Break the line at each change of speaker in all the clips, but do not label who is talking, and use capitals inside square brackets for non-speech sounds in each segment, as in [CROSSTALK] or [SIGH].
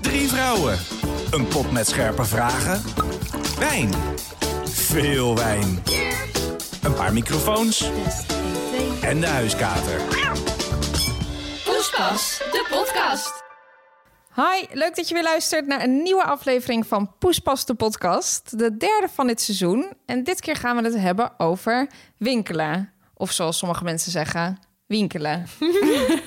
Drie vrouwen. Een pot met scherpe vragen. Wijn. Veel wijn. Een paar microfoons. En de huiskater.
Poespas, de podcast.
Hi, leuk dat je weer luistert naar een nieuwe aflevering van Poespas de podcast. De derde van dit seizoen. En dit keer gaan we het hebben over winkelen. Of zoals sommige mensen zeggen, winkelen.
[LAUGHS]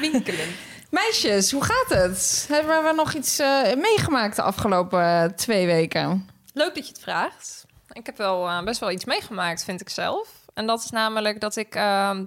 winkelen.
Meisjes, hoe gaat het? Hebben we nog iets eh, meegemaakt de afgelopen eh, twee weken?
Leuk dat je het vraagt. Ik heb wel eh, best wel iets meegemaakt, vind ik zelf. En dat is namelijk dat ik ehm,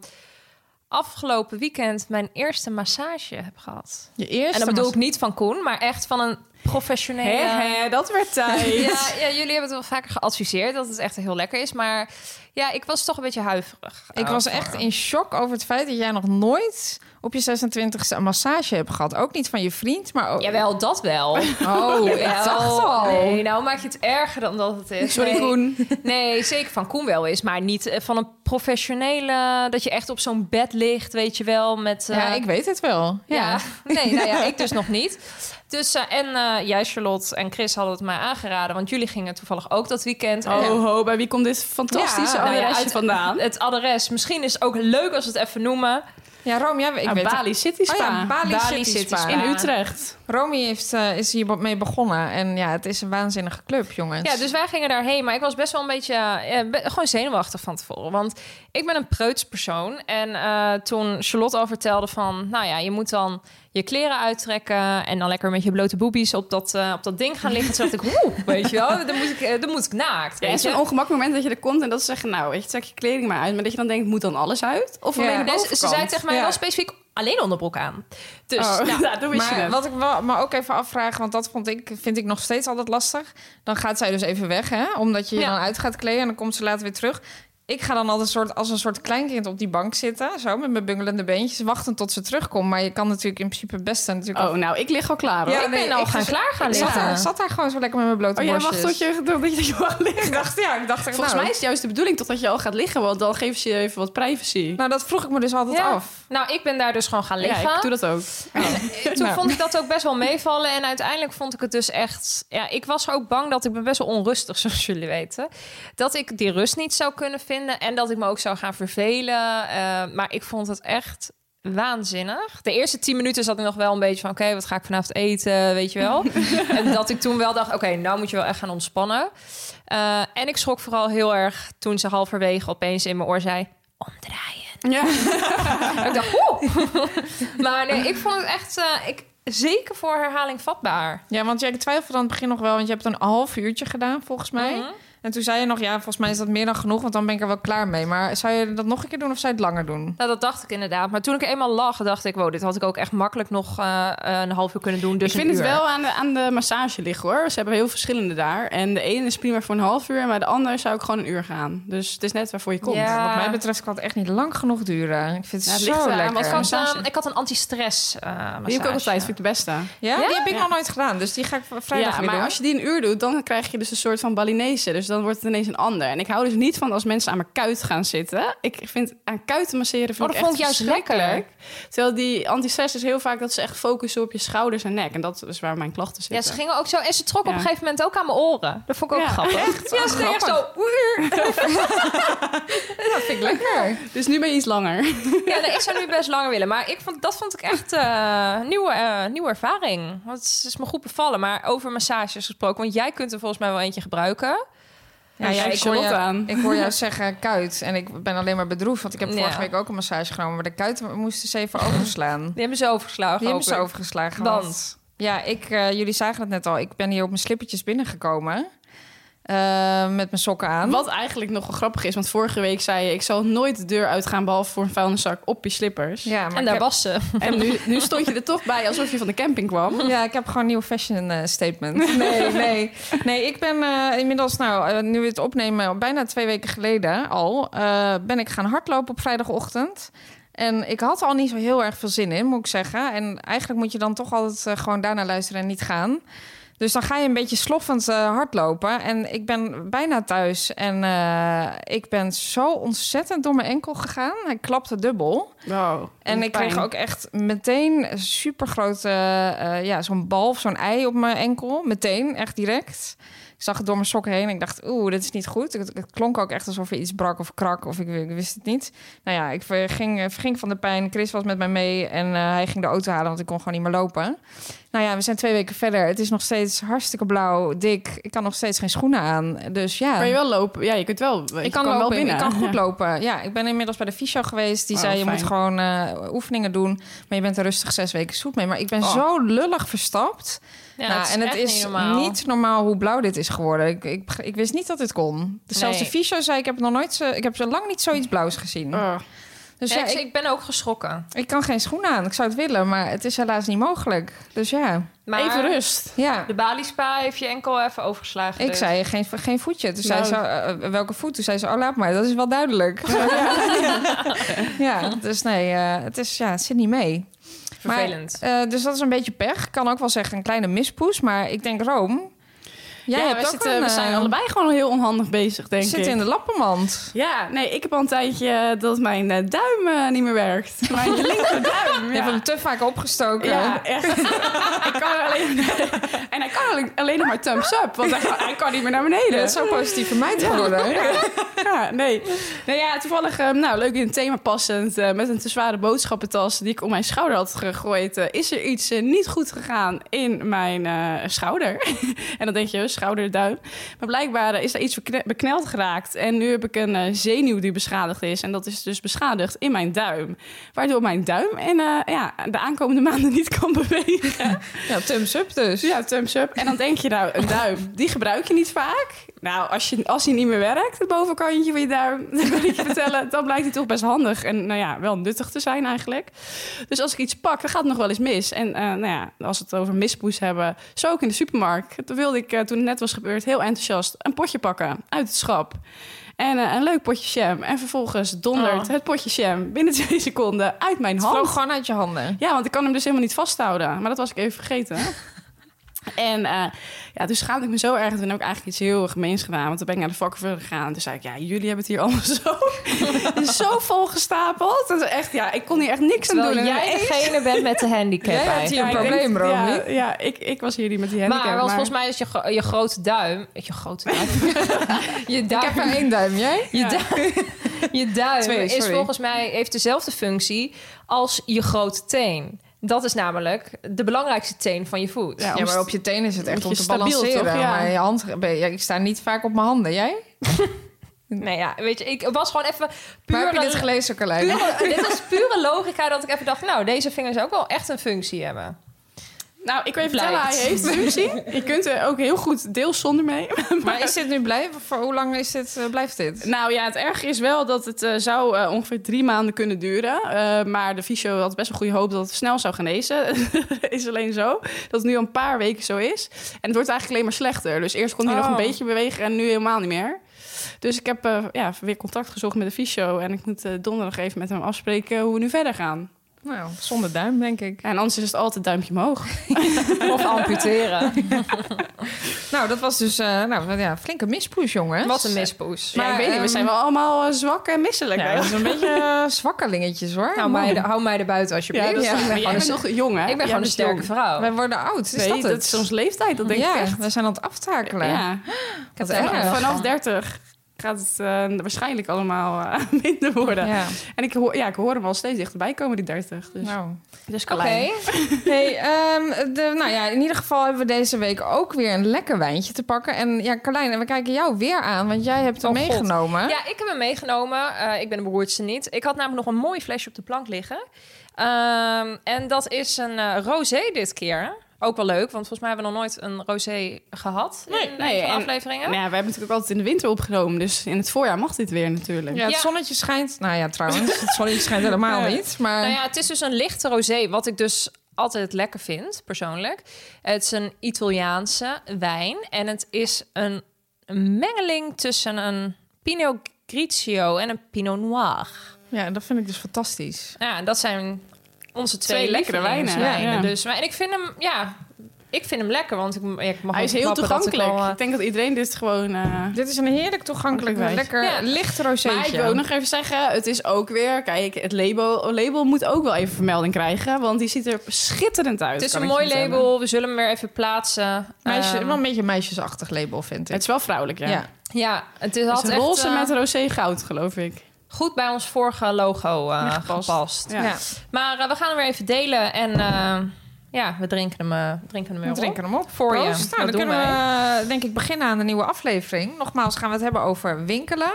afgelopen weekend mijn eerste massage heb gehad.
Je eerste
en dat bedoel ik niet van Koen, maar echt van een professionele.
dat werd tijd.
[LAUGHS] Ja, ja, jullie hebben het wel vaker geadviseerd dat het echt heel lekker is. Maar ja, ik was toch een beetje huiverig. Oh.
Ik was
over.
echt in shock over het feit dat jij nog nooit op je 26e een massage hebt gehad. Ook niet van je vriend, maar ook...
Jawel, dat wel.
[LAUGHS] Oh, ik
Jawel.
dacht al.
Nee, nou maak je het erger dan dat het is.
Sorry,
Nee.
Koen.
[LAUGHS] Nee, zeker van Koen wel is, maar niet eh, van een professionele. Dat je echt op zo'n bed ligt, weet je wel. Met, eh,
Ja, ik weet het wel.
ja.
Ja.
[LAUGHS] nee, nou ja, ik
[LAUGHS]
dus nog niet. Dus, eh, en eh, jij, Charlotte en Chris hadden het mij aangeraden, want jullie gingen toevallig ook dat weekend. En-
Oh ho, bij wie komt dit fantastische
oh,
Nou ja,
adresje
uit-
vandaan?
Het adres. Misschien is het ook leuk als we het even noemen.
Ja, Rome, jij, ik
Ah,
weet het.
Bali City Spa.
Oh ja, Bali,
Bali
City
City
Spa.
Spa.
In Utrecht.
Romy heeft, eh, is hiermee begonnen. En ja, het is een waanzinnige club, jongens.
Ja, dus wij gingen daarheen. Maar ik was best wel een beetje eh, be- gewoon zenuwachtig van tevoren. Want ik ben een preuts persoon. En eh, toen Charlotte al vertelde van... Nou ja, je moet dan je kleren uittrekken... en dan lekker met je blote boobies op dat, eh, op dat ding gaan liggen. Toen dacht ik, oeh, weet je wel, dan moet ik, eh, dan moet ik naakt.
Ja, het
weet
is
je?
een ongemakkelijk moment dat je er komt en dat ze zeggen... nou, weet je, trek je kleding maar uit. Maar dat je dan denkt, moet dan alles uit? Of alleen
Ja.
de
Nee, Dus ze-
bovenkant?
ze zei tegen mij
Ja.
wel specifiek alleen onderbroek aan. Dus
Oh, [LAUGHS]
nou,
nou, dan wist je
maar
het.
wat ik wel, maar ook even afvraag, want dat vond ik, vind ik nog steeds altijd lastig. Dan gaat zij dus even weg, hè? Omdat je je
Ja.
dan uit gaat kleden en dan komt ze later weer terug. Ik ga dan altijd soort, als een soort kleinkind op die bank zitten, zo met mijn bungelende beentjes, wachten tot ze terugkomt. Maar je kan natuurlijk in principe best dan natuurlijk.
Oh, nou, ik lig al klaar hoor.
Ja,
ik ben
nee,
al
ik
gaan
zat-
klaar gaan
ik zat,
liggen.
daar, ik zat daar gewoon zo lekker met mijn blote
oh, jij
borstjes.
wacht tot je, dat je [LAUGHS] al ligt.
Ik dacht, ja, ik dacht, echt,
Volgens
nou,
mij is het juist de bedoeling totdat je al gaat liggen... want dan geven ze je even wat privacy.
Nou, dat vroeg ik me dus altijd
ja.
af.
Nou, ik ben daar dus gewoon gaan
ja,
liggen.
ik doe dat ook.
Eh, toen vond ik dat ook best wel meevallen. En uiteindelijk vond ik het dus echt... Ja, ik was ook bang dat ik me best wel onrustig, [LAUGHS] zoals jullie weten. Dat ik die rust niet zou kunnen vinden. En dat ik me ook zou gaan vervelen. Eh, maar ik vond het echt waanzinnig. De eerste tien minuten zat ik nog wel een beetje van... Oké, wat ga ik vanavond eten, weet je wel. en dat ik toen wel dacht... Oké, nou moet je wel echt gaan ontspannen. Eh, en ik schrok vooral heel erg toen ze halverwege opeens in mijn oor zei... Omdraaien.
Ja.
[LAUGHS] Ik dacht, oeh. maar nee, ik vond het echt eh, ik, zeker voor herhaling vatbaar.
Ja, want jij twijfelde aan het begin nog wel, want je hebt een half uurtje gedaan volgens mij. En toen zei je nog, ja, volgens mij is dat meer dan genoeg, want dan ben ik er wel klaar mee. Maar zou je dat nog een keer doen of zou je het langer doen?
Nou, dat dacht ik inderdaad. Maar toen ik er eenmaal lag, dacht ik, wow, dit had ik ook echt makkelijk nog eh, een half uur kunnen doen. Dus
ik
een
vind het
uur.
wel aan de, aan de massage liggen hoor. Ze hebben heel verschillende daar. En de ene is prima voor een half uur, maar de andere zou ik gewoon een uur gaan. Dus het is net waarvoor je komt.
Ja.
Wat mij betreft kan het echt niet lang genoeg duren. Ik vind
Ja,
het
het ligt
zo
eraan
lekker.
wat
Ik
voor-
had, eh, ik had een anti-stress eh massage.
Die heb ik ook altijd, vind ik de beste.
ja?
Ja?
die heb ik nog nooit gedaan, dus die ga ik v- vrijdag
Ja,
weer
maar
doen.
als je die een uur doet, dan krijg je dus een soort van Balinese. Dus dan wordt het ineens een ander. En ik hou dus niet van als mensen aan mijn kuit gaan zitten. Ik vind aan kuiten masseren vind
Oh,
ik
dat
echt
vond ik juist
verschrikkelijk.
lekker.
Terwijl die antistress is heel vaak dat ze echt focussen op je schouders en nek. En dat is waar mijn klachten
Ja,
zitten.
ze gingen ook zo. En ze trok op
Ja.
een gegeven moment ook aan mijn oren. Dat vond ik ook
Ja,
grappig. Ja, ze deed echt zo.
dat vind ik lekker.
Dus nu ben je iets langer.
Ja, nee, ik zou nu best langer willen. Maar ik vond, dat vond ik echt een nieuwe, eh, nieuwe ervaring. Want het is me goed bevallen. Maar over massages gesproken. Want jij kunt er volgens mij wel eentje gebruiken.
[LAUGHS]
Ja,
ja,
ik, hoor
Charlotte
jou,
aan.
ik hoor jou zeggen kuit en ik ben alleen maar bedroefd, want ik heb vorige
Ja.
week ook een massage genomen, maar de kuiten moesten ze even overslaan.
Die hebben ze overgeslagen.
Die hebben ze
hoop ik.
overgeslagen.
Want?
Want ja, ik, eh, jullie zagen het net al. Ik ben hier op mijn slippertjes binnengekomen. Eh, eh, met mijn sokken aan.
Wat eigenlijk nog wel grappig is, want vorige week zei je... ik zal nooit de deur uitgaan behalve voor een vuilniszak op je slippers.
Ja, maar
En
ik
daar
heb-
was ze.
En nu, nu stond je er toch bij alsof je van de camping kwam.
Ja, ik heb gewoon een nieuw fashion eh, statement. Nee, nee. Nee, ik ben eh, inmiddels, nou, eh, nu we het opnemen, bijna twee weken geleden al, eh, ben ik gaan hardlopen op vrijdagochtend. En ik had al niet zo heel erg veel zin in, moet ik zeggen. En eigenlijk moet je dan toch altijd eh, gewoon daarna luisteren en niet gaan. Dus dan ga je een beetje sloffend eh, hardlopen. En ik ben bijna thuis. En eh, ik ben zo ontzettend door mijn enkel gegaan. Hij klapte dubbel.
Wow.
En ik kreeg ook echt meteen een supergrote, eh, ja, zo'n bal of zo'n ei op mijn enkel. Meteen, echt direct. Ik zag het door mijn sokken heen en ik dacht, oeh, dit is niet goed. Het, het klonk ook echt alsof er iets brak of krak of ik, ik wist het niet. Nou ja, ik ging, ging van de pijn. Chris was met mij mee en eh, hij ging de auto halen, want ik kon gewoon niet meer lopen. Nou ja, we zijn twee weken verder. Het is nog steeds hartstikke blauw, dik. Ik kan nog steeds geen schoenen aan. Dus ja.
Kan je wel lopen? Ja, je kunt wel.
Ik kan, lopen,
wel binnen.
ik kan goed
Ja.
lopen. Ja, ik ben inmiddels bij de fysio geweest. Die
Oh,
zei, je
fijn.
moet gewoon eh, oefeningen doen. Maar je bent er rustig zes weken zoet mee. Maar ik ben
Oh.
zo lullig verstapt.
Ja,
nou,
het is
en het
echt
is
niet normaal.
niet normaal hoe blauw dit is geworden. Ik, ik, ik wist niet dat dit kon. Dus zelfs de
Nee.
fysio zei, ik heb nog nooit zo, ik heb zo lang niet zoiets blauws gezien.
Oh.
Dus
Ja,
ja,
ik,
ik,
ik ben ook geschrokken.
ik kan geen schoenen aan. Ik zou het willen, maar het is helaas niet mogelijk. Dus ja,
Maar
Even rust.
ja.
De baliespa heeft je enkel even overgeslagen.
Ik
dus.
zei geen, geen voetje. Toen zei
Nou.
ze, eh, welke voet? Toen zei ze, oh laat maar, dat is wel
[LAUGHS]
duidelijk. ja. [LAUGHS] ja, dus nee, eh, het, is, ja, het zit niet mee. Maar,
Vervelend.
eh, dus dat is een beetje pech. Ik kan ook wel zeggen een kleine mispoes, maar ik denk Rome. Jij
ja,
hebt
we,
ook
zitten,
een,
we zijn
eh,
allebei gewoon heel onhandig bezig, denk
zit
ik.
in de lappenmand.
Ja, nee, ik heb al een tijdje eh, dat mijn eh, duim eh, niet meer
[LAUGHS]
werkt. Mijn linkerduim.
Je hebt hem te vaak opgestoken.
Ja, [LAUGHS] echt. ik kan er alleen, en hij kan alleen, alleen nog maar thumbs up, want hij, hij kan niet meer naar beneden.
Dat is zo positief vermijd geworden.
[LAUGHS] Ja, nee. Nou ja, toevallig, eh, nou leuk in het thema passend, eh, met een te zware boodschappentas die ik om mijn schouder had gegooid, eh, is er iets eh, niet goed gegaan in mijn eh, schouder. [LAUGHS] en dan denk je, eh, schouder, duim. Maar blijkbaar eh, is daar iets verkne- bekneld geraakt en nu heb ik een eh, zenuw die beschadigd is en dat is dus beschadigd in mijn duim. Waardoor mijn duim en eh, ja, de aankomende [LAUGHS] maanden niet kan bewegen.
Ja, thumbs up dus.
Ja, thumbs up. En dan denk je nou, een duim, die gebruik je niet vaak. Nou, als, je, als die niet meer werkt, het bovenkantje van je duim, [LAUGHS] dan kan ik je vertellen, dan blijkt die toch best handig en nou ja, wel nuttig te zijn eigenlijk. Dus als ik iets pak, dan gaat het nog wel eens mis. En eh, nou ja, als we het over mispoes hebben, zo ook in de supermarkt. Toen wilde ik, eh, toen het net was gebeurd, heel enthousiast een potje pakken uit het schap. En eh, een leuk potje jam. En vervolgens dondert het potje jam binnen twee seconden uit mijn
Oh. Het
hand.
vloog gewoon uit je handen.
Ja, want ik kan hem dus helemaal niet vasthouden. Maar dat was ik even vergeten. En eh, ja, toen schaamde ik me zo erg. Toen heb ik eigenlijk iets heel gemeens gedaan. Want toen ben ik naar de vakkenvuller gegaan. En toen zei ik, ja, jullie hebben het hier allemaal zo, [LAUGHS] zo vol gestapeld. Dat is echt, ja, ik kon hier echt niks aan doen.
Terwijl
En
jij
ineens-
degene bent met de handicap.
Jij hebt
eigenlijk.
hier een
Ja, ik
probleem,
denk-
Romy.
Ja, ja ik, ik was hier die met die handicap.
Maar, want volgens mij is je, gro- je grote duim... Je grote [LAUGHS] duim? je
Ik heb
duim,
er één duim, jij?
je duim, [LAUGHS] je duim
Twee,
is
sorry.
volgens mij, heeft dezelfde functie als je grote teen. Dat is namelijk de belangrijkste teen van je voet.
Ja.
Ja, maar op je teen is het echt
Moet
om
je
te
stabiel, toch?
balanceren.
Ja.
Maar je hand, ben- ja, ik sta niet vaak op mijn handen. Jij?
Nou ja, weet je, ik was gewoon even
Waar
puur...
heb je dit gelezen, Carlijn?
pure- dit was pure logica dat ik even dacht... nou, deze vinger zou ook wel echt een functie hebben.
Nou, ik kan je
Blijkt.
vertellen, hij heeft een functie. Je kunt er ook heel goed deels zonder mee.
Maar is dit nu blij? Voor hoe lang is dit, eh, blijft dit?
Nou ja, het erg is wel dat het eh, zou eh, ongeveer drie maanden kunnen duren. Eh, maar de fysio had best een goede hoop dat het snel zou genezen. [LAUGHS] is alleen zo dat het nu al een paar weken zo is. En het wordt eigenlijk alleen maar slechter. Dus eerst kon hij nog
Oh.
een beetje bewegen en nu helemaal niet meer. Dus ik heb eh, ja, weer contact gezocht met de fysio. En ik moet eh, donderdag even met hem afspreken hoe we nu verder gaan.
Nou, zonder duim, denk ik.
En anders is het altijd duimpje omhoog.
Of amputeren.
Nou, dat was dus eh nou, ja, flinke mispoes, jongen.
Wat een mispoes.
Maar
Maar,
ik weet niet, we
ehm,
zijn wel allemaal eh, zwak en misselijk.
Ja, dat is een beetje eh, zwakkelingetjes, hoor.
Nou,
Maar-
mij, de- hou mij er buiten alsjeblieft.
Ja, dat is,
Ja,
maar
ik ben
jij
gewoon
bent
een-
nog jong, hè?
Ik
Jij
ben gewoon een
bent
sterke
jong.
vrouw.
Wij worden oud, is
Nee,
dat
dat
het?
is onze leeftijd, dat denk
ja,
ik echt.
we zijn aan het aftakelen.
Ja.
[GASPS] Dat
En
erg.
vanaf 30 gaat het eh, waarschijnlijk allemaal eh, [LAUGHS] minder worden.
Ja.
En ik hoor, ja, ik hoor hem al steeds dichterbij komen, die 30. Dus,
Nou.
dus
Oké.
Carlijn.
Hey, ehm, de, nou ja, in ieder geval hebben we deze week ook weer een lekker wijntje te pakken. En ja, Carlijn, we kijken jou weer aan, want jij hebt hem
Oh, God.
meegenomen.
Ja, ik heb hem meegenomen. Eh, ik ben de beroerdste niet. Ik had namelijk nog een mooi flesje op de plank liggen. Ehm, en dat is een eh, rosé dit keer. Ook wel leuk, want volgens mij hebben we nog nooit een rosé gehad in
nee,
nee,
en-
afleveringen.
Nou ja, we hebben natuurlijk ook altijd in de winter opgenomen. Dus in het voorjaar mag dit weer natuurlijk.
Ja, het
Ja.
zonnetje schijnt. Nou ja, trouwens, het zonnetje schijnt helemaal
Ja.
niet. Maar
Nou ja, het is dus een lichte rosé, wat ik dus altijd lekker vind, persoonlijk. Het is een Italiaanse wijn en het is een een mengeling tussen een Pinot Grigio en een Pinot Noir.
ja, dat vind ik dus fantastisch.
Ja, en dat zijn onze twee,
Twee lekkere wijnen.
lievelingswijnen
Ja.
Dus, maar en ik vind hem, ja, ik vind hem lekker, want ik, ja, ik mag
Hij
ook
is heel
klappen dat ik
toegankelijk.
wel, eh,
Ik denk dat iedereen dit gewoon... eh,
Dit is een heerlijk toegankelijk,
Lekker wijntje.
lekker
Ja.
licht rozeetje.
Maar ik wil ook nog even zeggen, het is ook weer... Kijk, het label, label moet ook wel even vermelding krijgen. Want die ziet er schitterend uit.
het is
kan
een
ik je
mooi
vertellen.
label. We zullen hem weer even plaatsen.
Meisje,
Ehm,
wel een beetje een meisjesachtig label, vind ik.
Het is wel vrouwelijk, ja.
ja.
ja, het is,
Het
had
is
echt
roze
eh,
met roze goud, geloof ik.
goed bij ons vorige logo eh,
Ingepast.
gepast.
Ja.
Ja.
Maar eh, we gaan hem weer even delen. En eh, ja, we drinken hem, eh, we drinken hem weer
We
op.
drinken hem op
Voor je.
Proost. Nou,
Dat
dan
doen
kunnen we, denk ik, beginnen aan de nieuwe aflevering. Nogmaals gaan we het hebben over winkelen.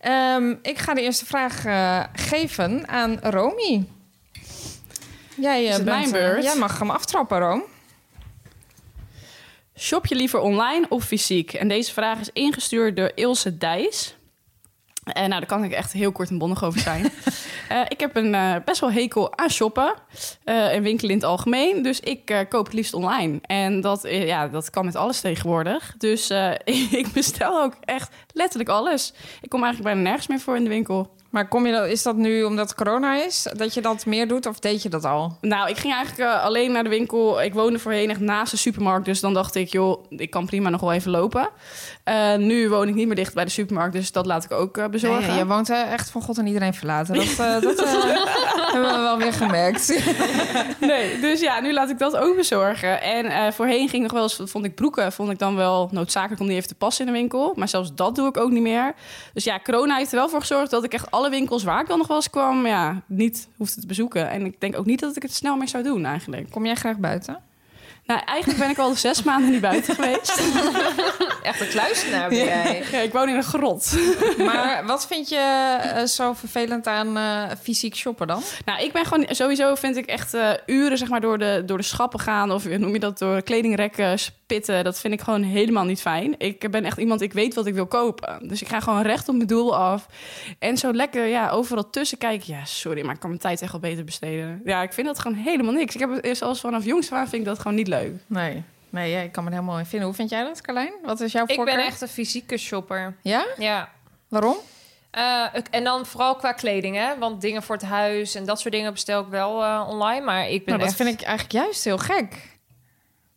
Ehm, ik ga de eerste vraag eh, geven aan Romy. Jij eh,
Is het
bent,
mijn
eh,
beurt?
jij mag hem aftrappen, Room.
Shop je liever online of fysiek? En deze vraag is ingestuurd door Ilse Dijs. En nou, daar kan ik echt heel kort en bondig over
[LAUGHS]
zijn. Eh, ik heb een eh, best wel hekel aan shoppen eh, en winkelen in het algemeen. Dus ik eh, koop het liefst online. En dat, eh, ja, dat kan met alles tegenwoordig. Dus eh, [LAUGHS] ik bestel ook echt letterlijk alles. Ik kom eigenlijk bijna nergens meer voor in de winkel.
Maar kom je, dan- is dat nu omdat corona is, dat je dat meer doet of deed je dat al?
Nou, ik ging eigenlijk eh, alleen naar de winkel. Ik woonde voorheen echt naast de supermarkt. Dus dan dacht ik, joh, ik kan prima nog wel even lopen. Eh, nu woon ik niet meer dicht bij de supermarkt. Dus dat laat ik ook eh, bezorgen.
Nee, je woont eh, echt van God en iedereen verlaten. Dat, eh, dat eh, [LAUGHS] hebben we wel weer gemerkt.
[LAUGHS] Nee, dus ja, nu laat ik dat ook bezorgen. En eh, voorheen ging nog wel eens, vond ik broeken, vond ik dan wel noodzakelijk om die even te passen in de winkel. Maar zelfs dat doe ik ook niet meer. Dus ja, corona heeft er wel voor gezorgd dat ik echt alle winkels waar ik dan nog wel eens kwam, ja, niet hoefde te bezoeken. En ik denk ook niet dat ik het snel meer zou doen eigenlijk.
Kom jij graag buiten?
Nou, eigenlijk ben ik al zes [LAUGHS] maanden niet buiten geweest.
Echt een kluisenaar ben jij.
[LAUGHS] Ja, ik woon in een grot.
Maar wat vind je eh, zo vervelend aan eh, fysiek shoppen dan?
Nou, ik ben gewoon sowieso vind ik echt eh, uren zeg maar door de, door de schappen gaan of eh, noem je dat door kledingrekken spitten. Dat vind ik gewoon helemaal niet fijn. Ik ben echt iemand ik weet wat ik wil kopen. Dus ik ga gewoon recht op mijn doel af en zo lekker ja overal tussen kijken. Ja, sorry, maar ik kan mijn tijd echt wel beter besteden. Ja, ik vind dat gewoon helemaal niks. Ik heb het eerst als vanaf jongs af aan vind ik dat gewoon niet leuk.
Nee. Nee, ja, ik kan me er helemaal in vinden. Hoe vind jij dat, Carlijn? Wat is jouw
Ik
voorkeur?
ben echt een fysieke shopper.
Ja?
Ja.
Waarom?
Eh, ik- en dan vooral qua kleding, hè? Want dingen voor het huis en dat soort dingen bestel ik wel eh, online. Maar ik
Nou,
ben
dat
echt...
vind ik eigenlijk juist heel gek.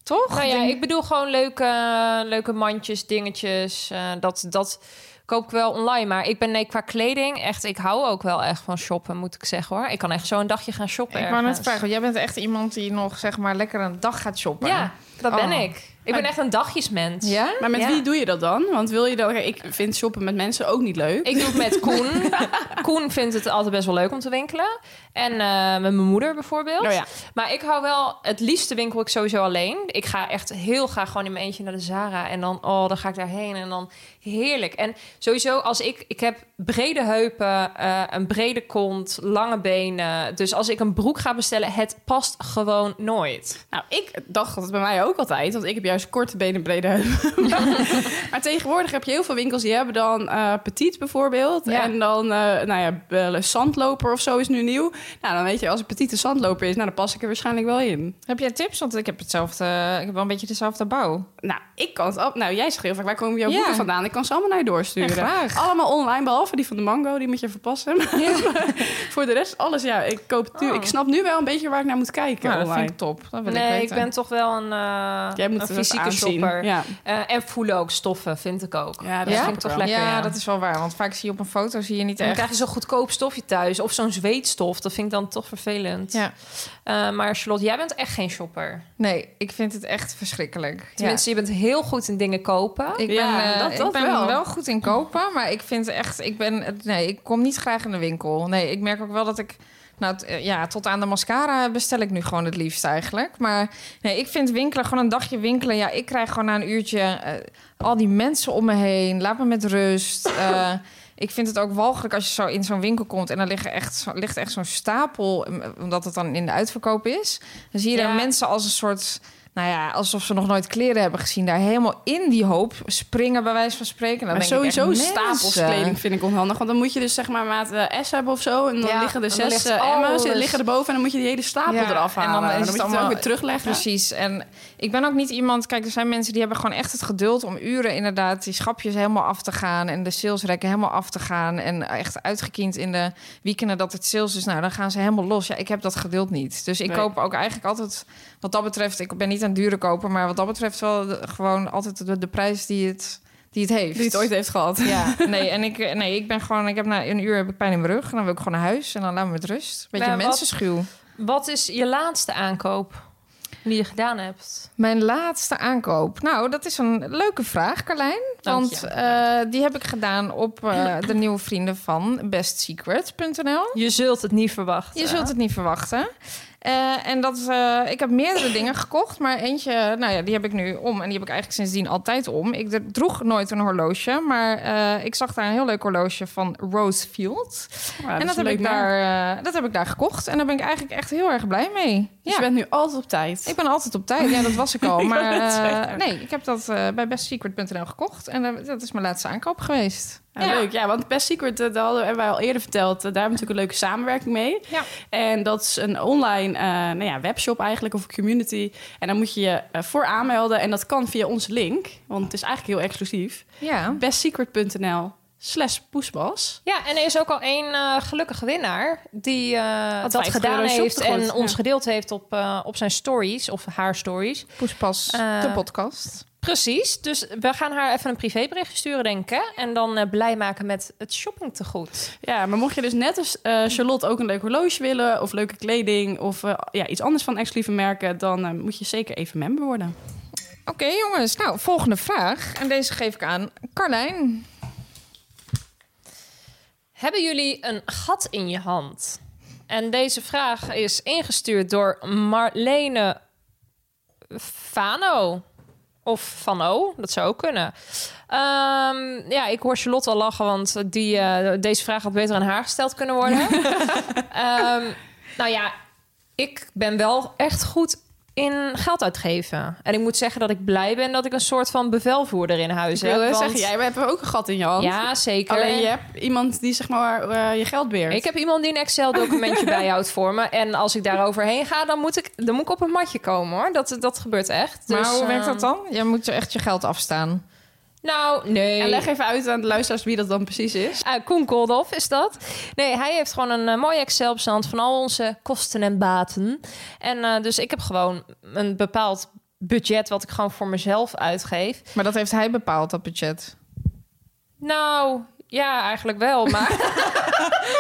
Toch?
Nou ja,
Denk-
ik bedoel gewoon leuke, leuke mandjes, dingetjes. eh, dat, dat koop ik wel online. Maar ik ben nee, qua kleding echt... Ik hou ook wel echt van shoppen, moet ik zeggen, hoor. Ik kan echt zo een dagje gaan shoppen
Ik wou net
ergens.
vragen, want jij bent echt iemand die nog zeg maar lekker een dag gaat shoppen.
Ja, dat ben
Oh.
ik. Ik ben echt een dagjesmens.
Ja?
Maar met
Ja.
wie doe je dat dan? Want wil je dan? kijk, Ik vind shoppen met mensen ook niet leuk.
Ik doe het
[LAUGHS]
met Koen. Koen vindt het altijd best wel leuk om te winkelen. En eh, met mijn moeder bijvoorbeeld.
Nou ja.
Maar ik hou wel... Het liefste winkel ik sowieso alleen. Ik ga echt heel graag gewoon in mijn eentje naar de Zara. En dan, oh, dan ga ik daarheen. En dan heerlijk. En sowieso als ik... Ik heb brede heupen, eh, een brede kont, lange benen. Dus als ik een broek ga bestellen, het past gewoon nooit.
Nou, ik dacht dat bij mij ook altijd, want ik heb juist korte benen en brede [LAUGHS] heupen. maar, maar tegenwoordig heb je heel veel winkels die hebben dan eh petit bijvoorbeeld.
Ja.
En dan, eh, nou ja, eh, zandloper of zo is nu nieuw. Nou, dan weet je, als een petite zandloper is, nou, dan pas ik er waarschijnlijk wel in.
Heb jij tips? Want ik heb hetzelfde, ik heb wel een beetje dezelfde bouw.
Nou, ik kan het ook. Nou, jij zegt heel vaak, waar komen jouw
Ja.
boeken vandaan? Ik kan ze allemaal naar je doorsturen.
Ja, graag.
Allemaal online, behalve die van de Mango, die moet je verpassen. [LAUGHS] Voor de rest, alles, ja, ik koop het nu.
Oh.
Ik snap nu wel een beetje waar ik naar moet kijken
Nou, dat
online.
vind ik top. Dat wil ik
Nee, ik
weten.
ben toch wel een, eh,
Jij moet
een
het
fysieke
aanzien.
shopper.
Ja.
Eh, en voelen ook stoffen, vind ik ook.
Ja, dat
Dus
snap
vind
ik
ik toch
wel.
lekker.
ja,
Ja,
dat is wel waar. Want vaak zie je op een foto zie je niet
Dan
echt.
krijg je zo'n goedkoop stofje thuis. Of zo'n zweetstof. Dat vind ik dan toch vervelend.
Ja.
Eh, maar Charlotte, jij bent echt geen shopper.
Nee, ik vind het echt verschrikkelijk. Ja.
Tenminste, je bent heel goed in dingen kopen.
Ik ben,
Ja,
eh,
dat-
ik
dat
ben
wel.
wel. goed in kopen, maar ik vind echt, ik ben, nee, ik kom niet graag in de winkel. Nee, ik merk ook wel dat ik, nou t- eh, ja, tot aan de mascara bestel ik nu gewoon het liefst eigenlijk. Maar nee, ik vind winkelen, gewoon een dagje winkelen, ja, ik krijg gewoon na een uurtje eh, al die mensen om me heen. Laat me met
[LAUGHS]
rust. Eh, ik vind het ook walgelijk als je zo in zo'n winkel komt en dan liggen echt, zo- ligt echt zo'n stapel, eh, omdat het dan in de uitverkoop is. Dan zie je
Ja.
daar mensen als een soort nou ja, alsof ze nog nooit kleren hebben gezien, daar helemaal in die hoop springen, bij wijze van spreken. Dan
Maar
denk ik
sowieso
echt,
stapels
mensen.
kleding vind ik onhandig. Want dan moet je dus zeg maar maat eh, S hebben of zo. En dan
Ja,
liggen de
en dan
zes
ligt
eh, M's
alles.
liggen erboven. En dan moet je die hele stapel
Ja,
eraf
en dan
halen. En dan,
is het
moet je het
allemaal-
ook weer terugleggen.
Precies. En ik ben ook niet iemand. Kijk, er zijn mensen die hebben gewoon echt het geduld om uren inderdaad die schapjes helemaal af te gaan en de salesrekken helemaal af te gaan en echt uitgekiend in de weekenden dat het sales is. Nou, dan gaan ze helemaal los. Ja, ik heb dat geduld niet. Dus ik
Nee.
koop ook eigenlijk altijd wat dat betreft. Ik ben niet aan dure koper, maar wat dat betreft wel de- gewoon altijd de, de prijs die het die het heeft.
Die het ooit heeft gehad. Dus
Ja, nee, en ik, nee, ik ben gewoon, ik heb na een uur heb ik pijn in mijn rug en dan wil ik gewoon naar huis en dan laat me met rust. Beetje
Nou,
Maar wat-
mensenschuw.
Wat is je laatste aankoop die je gedaan hebt?
Mijn laatste aankoop. Nou, dat is een leuke vraag, Carlijn.
Dank
Want
je.
eh, die heb ik gedaan op eh, de nieuwe vrienden van bestsecret.nl.
Je zult het niet verwachten.
Je zult het niet verwachten. Eh, en dat, eh, ik heb meerdere dingen gekocht, maar eentje, nou ja, die heb ik nu om. En die heb ik eigenlijk sindsdien altijd om. Ik d- droeg nooit een horloge, maar eh, ik zag daar een heel leuk horloge van Rosefield.
Oh, Ja,
en dat,
is een
heb ik
leuk merk.
daar, eh, dat heb ik daar gekocht. En daar ben ik eigenlijk echt heel erg blij mee.
Dus je bent nu altijd op tijd.
Ik ben altijd op tijd. Ja, dat was ik al. Maar
wou net
eh,
zeggen.
nee, ik heb dat eh, bij bestsecret.nl gekocht. En eh, dat is mijn laatste aankoop geweest.
Ja, Ah, Leuk, ja, want Best Secret, eh, dat hadden, hebben wij al eerder verteld. eh, Daar hebben we natuurlijk een leuke samenwerking mee.
Ja.
En dat is een online eh, nou ja, webshop eigenlijk, of een community. En dan moet je je eh, voor aanmelden. En dat kan via onze link, want het is eigenlijk heel exclusief.
Ja.
Bestsecret.nl slash poespas.
Ja, en er is ook al één eh, gelukkige winnaar die eh,
Had
dat
50
gedaan
euro
heeft en
shoptegoed, ja.
ons gedeeld heeft op, eh, op zijn stories of haar stories.
Poespas,
Eh,
de podcast.
Precies, dus we gaan haar even een privébericht sturen, denk ik. hè? En dan eh, blij maken met het shoppingtegoed.
Ja, maar mocht je dus net als eh, Charlotte ook een leuk horloge willen... of leuke kleding of eh, ja, iets anders van exclusieve merken... dan eh, moet je zeker even member worden.
Oké, jongens. Nou, volgende vraag. En deze geef ik aan Carlijn.
Hebben jullie een gat in je hand? En deze vraag is ingestuurd door Marlene Fano. Of Van O, dat zou ook kunnen. Ehm, ja, ik hoor Charlotte al lachen, want die, eh, deze vraag had beter aan haar gesteld kunnen worden.
[LAUGHS]
Ehm, nou ja, ik ben wel echt goed in geld uitgeven. En ik moet zeggen dat ik blij ben dat ik een soort van bevelvoerder in huis
Ik wil
heb.
eh,
want-
zeggen, jij hebt ook een gat in je hand.
ja, zeker.
Alleen je hebt iemand die zeg maar eh, je geld beheert.
Ik heb iemand die een
[LAUGHS]
Excel-documentje bijhoudt voor me. En als ik daar overheen ga, dan moet ik, dan moet ik op een matje komen hoor. Dat, dat gebeurt echt.
Maar
Dus,
hoe
eh,
werkt dat dan? Je moet echt je geld afstaan.
Nou, nee.
En leg even uit aan de luisteraars wie dat dan precies is.
Eh, Koen Koldof is dat. Nee, hij heeft gewoon een eh, mooi mooie Excel op zijn hand van al onze kosten en baten. En eh, dus ik heb gewoon een bepaald budget wat ik gewoon voor mezelf uitgeef.
Maar dat heeft hij bepaald, dat budget.
Nou, ja, eigenlijk wel. Maar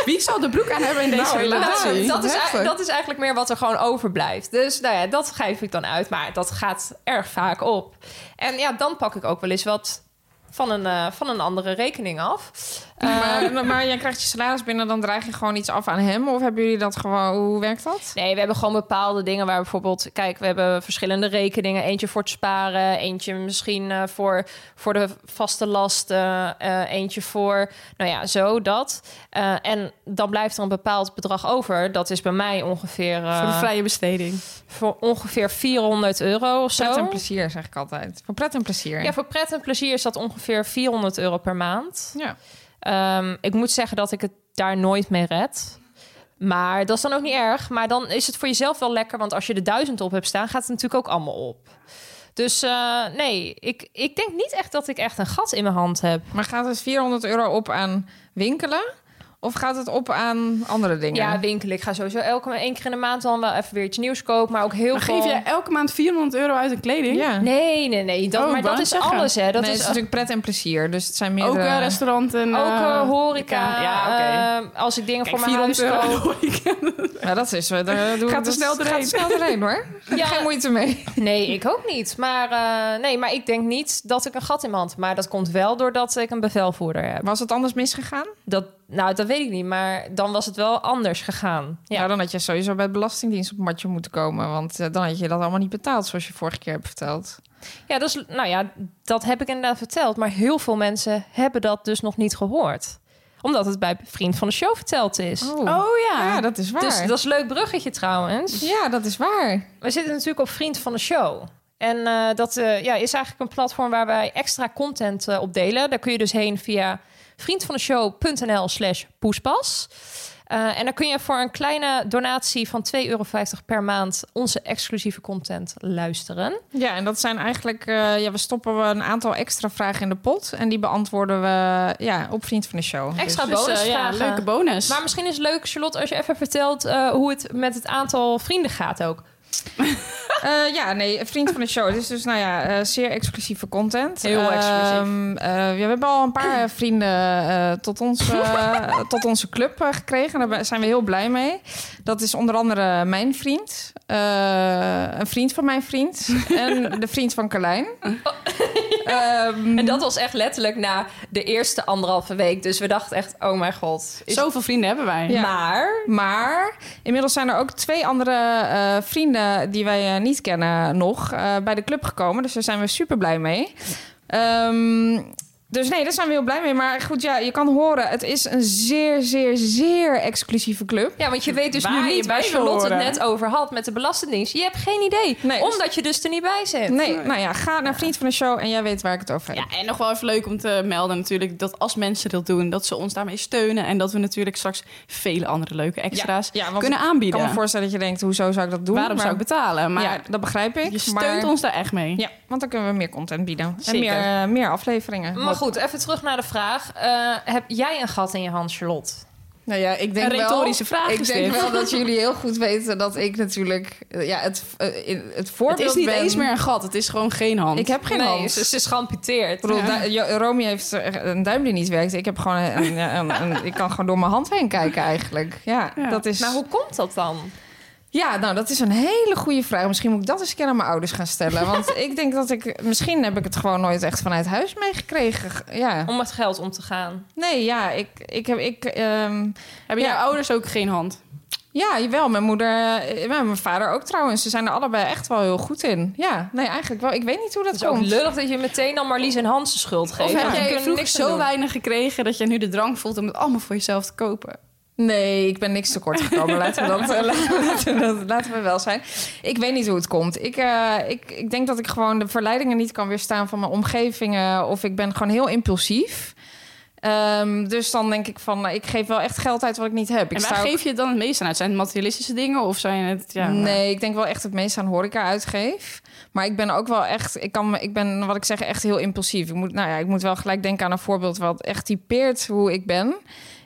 Wie zal de broek aan hebben in deze relatie?
Nou, dat, is,
Heftig.
eigenlijk- dat is eigenlijk meer wat er gewoon overblijft. Dus nou ja, dat geef ik dan uit. Maar dat gaat erg vaak op. En ja, dan pak ik ook wel eens wat van een, eh, van een andere rekening af.
maar, maar jij krijgt je salaris binnen, dan draag je gewoon iets af aan hem. Of hebben jullie dat gewoon... Hoe werkt dat?
Nee, we hebben gewoon bepaalde dingen waar bijvoorbeeld... Kijk, we hebben verschillende rekeningen. Eentje voor het sparen, eentje misschien eh, voor, voor de vaste lasten. eh, eentje voor, nou ja, zo, dat. Eh, en dan blijft er een bepaald bedrag over. Dat is bij mij ongeveer... eh,
Voor de vrije besteding.
voor ongeveer 400 euro of
Pret en
zo.
plezier, zeg ik altijd. Voor pret en plezier.
Ja, voor pret en plezier is dat ongeveer 400 euro per maand.
ja.
Ehm, ik moet zeggen dat ik het daar nooit mee red. Maar dat is dan ook niet erg. Maar dan is het voor jezelf wel lekker. Want als je de duizend op hebt staan, gaat het natuurlijk ook allemaal op. Dus eh, nee, ik, ik denk niet echt dat ik echt een gat in mijn hand heb.
Maar gaat het 400 euro op aan winkelen? Of gaat het op aan andere dingen?
Ja, winkelen. Ik ga sowieso elke één keer in de maand dan wel even weer iets nieuws kopen. Maar ook heel
Maar
veel...
geef jij elke maand 400 euro uit aan kleding?
Ja.
Nee, nee, nee. Dat,
Oh, ik wou
maar dat
net
is
zeggen.
alles, hè.
nee,
Dat is,
het is natuurlijk pret en plezier. Dus het zijn meer.
Ook eh, restaurant en...
ook eh,
eh,
horeca.
Ja, oké.
eh, als ik dingen
Kijk,
voor mijn huis
400 euro aan
koop.
de horeca.
ja, dat is. eh, daar doe-
Gaat er
dat-
snel doorheen.
Gaat er snel doorheen hoor.
[LAUGHS]
Ja.
Geen moeite mee.
Nee, ik ook niet. Maar, eh, nee, maar ik denk niet dat ik een gat in mijn hand. Maar dat komt wel doordat ik een bevelvoerder heb.
[LAUGHS] Was het anders misgegaan?
Dat, nou, dat weet ik niet. Maar dan was het wel anders gegaan. Ja.
Nou, dan had je sowieso bij de Belastingdienst op het matje moeten komen. Want eh, dan had je dat allemaal niet betaald, zoals je vorige keer hebt verteld.
Ja, dat is, nou ja, dat heb ik inderdaad verteld. Maar heel veel mensen hebben dat dus nog niet gehoord. Omdat het bij Vriend van de Show verteld is.
Oh ja.
ja, dat is waar.
Dus dat is een leuk bruggetje trouwens.
Ja, dat is waar.
We zitten natuurlijk op Vriend van de Show. En eh, dat eh, ja, is eigenlijk een platform waar wij extra content eh, op delen. Daar kun je dus heen via vriendvandeshow.nl slash poespas. Eh, en dan kun je voor een kleine donatie van 2,50 euro per maand onze exclusieve content luisteren.
Dus
Ja, en dat zijn eigenlijk... eh, ja, we stoppen we een aantal extra vragen in de pot. En die beantwoorden we ja, op Vriend van de Show.
Extra
Dus-
Dus, eh, ja,
bonusvragen.
leuke bonus.
Maar misschien is het leuk, Charlotte, als je even vertelt eh, hoe het met het aantal vrienden gaat ook.
Eh, ja, nee, vriend van de show. Het is dus, nou ja, eh, zeer exclusieve content.
Heel
Ehm,
exclusief.
eh, ja, we hebben al een paar eh, vrienden eh, tot, ons,
[LAUGHS]
eh, tot onze club eh, gekregen. Daar ben- zijn we heel blij mee. Dat is onder andere mijn vriend. eh, een vriend van mijn vriend. en de vriend van Carlijn. Ehm,
Mhm.
En dat was echt letterlijk na de eerste anderhalve week. Dus we dachten echt, oh mijn god. Is...
Zoveel vrienden hebben wij.
Ja.
Maar
Maar inmiddels zijn er ook twee andere eh, vrienden die wij eh, niet kennen nog eh, bij de club gekomen. Dus daar zijn we super blij mee. Ehm, dus nee, daar zijn we heel blij mee. Maar goed, ja, je kan horen, het is een zeer, zeer, zeer exclusieve club.
Ja, want je weet dus
Waar
nu
je
niet waar
bij
Charlotte het
horen.
net over had met de Belastingdienst. Je hebt geen idee,
Nee.
omdat je dus er niet bij zit.
Nee, nou ja, ga naar Vriend van de Show en jij weet waar ik het over heb.
Ja, en nog wel even leuk om te melden natuurlijk... dat als mensen dat doen, dat ze ons daarmee steunen... en dat we natuurlijk straks vele andere leuke extra's
Ja, ja, want
kunnen
Ik
aanbieden.
kan me voorstellen dat je denkt, hoezo zou ik dat doen?
Waarom
Maar-
zou ik betalen? Maar
ja, dat begrijp ik.
je steunt
maar-
ons daar echt mee.
Ja, want dan kunnen we meer content bieden. En
Zeker.
meer, eh, meer afleveringen.
Maar goed, even terug naar de vraag. Eh, heb jij een gat in je hand, Charlotte?
Nou ja, ik denk
Een retorische
wel,
vraag
Ik
is
denk
dit.
wel dat jullie heel goed weten dat ik natuurlijk eh, ja, het, eh, in- het
Het
voorbeeld
is niet
ben.
eens meer een gat, het is gewoon geen hand.
Ik heb geen
nee,
hand.
Ze, ze is geamputeerd.
Ik bedoel, du- Jo- Romy heeft eh, een duim die niet werkt. Ik heb gewoon een, een- een- een- ik kan gewoon door mijn hand heen kijken eigenlijk. Ja,
Ja. Nou,
dat is.
Maar hoe komt dat dan?
Ja, nou dat is een hele goede vraag. Misschien moet ik dat eens een keer aan mijn ouders gaan stellen, want
[LAUGHS]
ik denk dat ik misschien heb ik het gewoon nooit echt vanuit huis meegekregen. G- Ja,
Om met geld om te gaan.
nee, ja, ik, ik heb ik. ehm,
Hebben
Ja.
jouw ouders ook geen hand?
Ja, jawel. Mijn moeder eh, en mijn vader ook trouwens. Ze zijn er allebei echt wel heel goed in. Ja, nee, eigenlijk wel. Ik weet niet hoe dat
Het is ook
komt.
lullig dat je meteen dan Marlies en Hans de schuld geeft.
Of
want
heb
die
jij
kunnen
vroeger
niks
zo
aan doen.
weinig gekregen dat je nu de drang voelt om het allemaal voor jezelf te kopen?
Nee, ik ben niks tekort gekomen. laten, we
[LAUGHS]
dat, eh, laten, we dat, laten we wel zijn. Ik weet niet hoe het komt. Ik, eh, ik, ik denk dat ik gewoon de verleidingen niet kan weerstaan van mijn omgevingen. Of ik ben gewoon heel impulsief. Ehm, dus dan denk ik van, nou, ik geef wel echt geld uit wat ik niet heb. Ik
en waar
sta ook-
geef je het dan het meest aan uit? Zijn het materialistische dingen of zijn het... Ja,
nee, ik denk wel echt het meest aan horeca uitgeef. Maar ik ben ook wel echt, ik, kan, me- ik ben wat ik zeg echt heel impulsief. Ik moet, nou ja, ik moet wel gelijk denken aan een voorbeeld wat echt typeert hoe ik ben.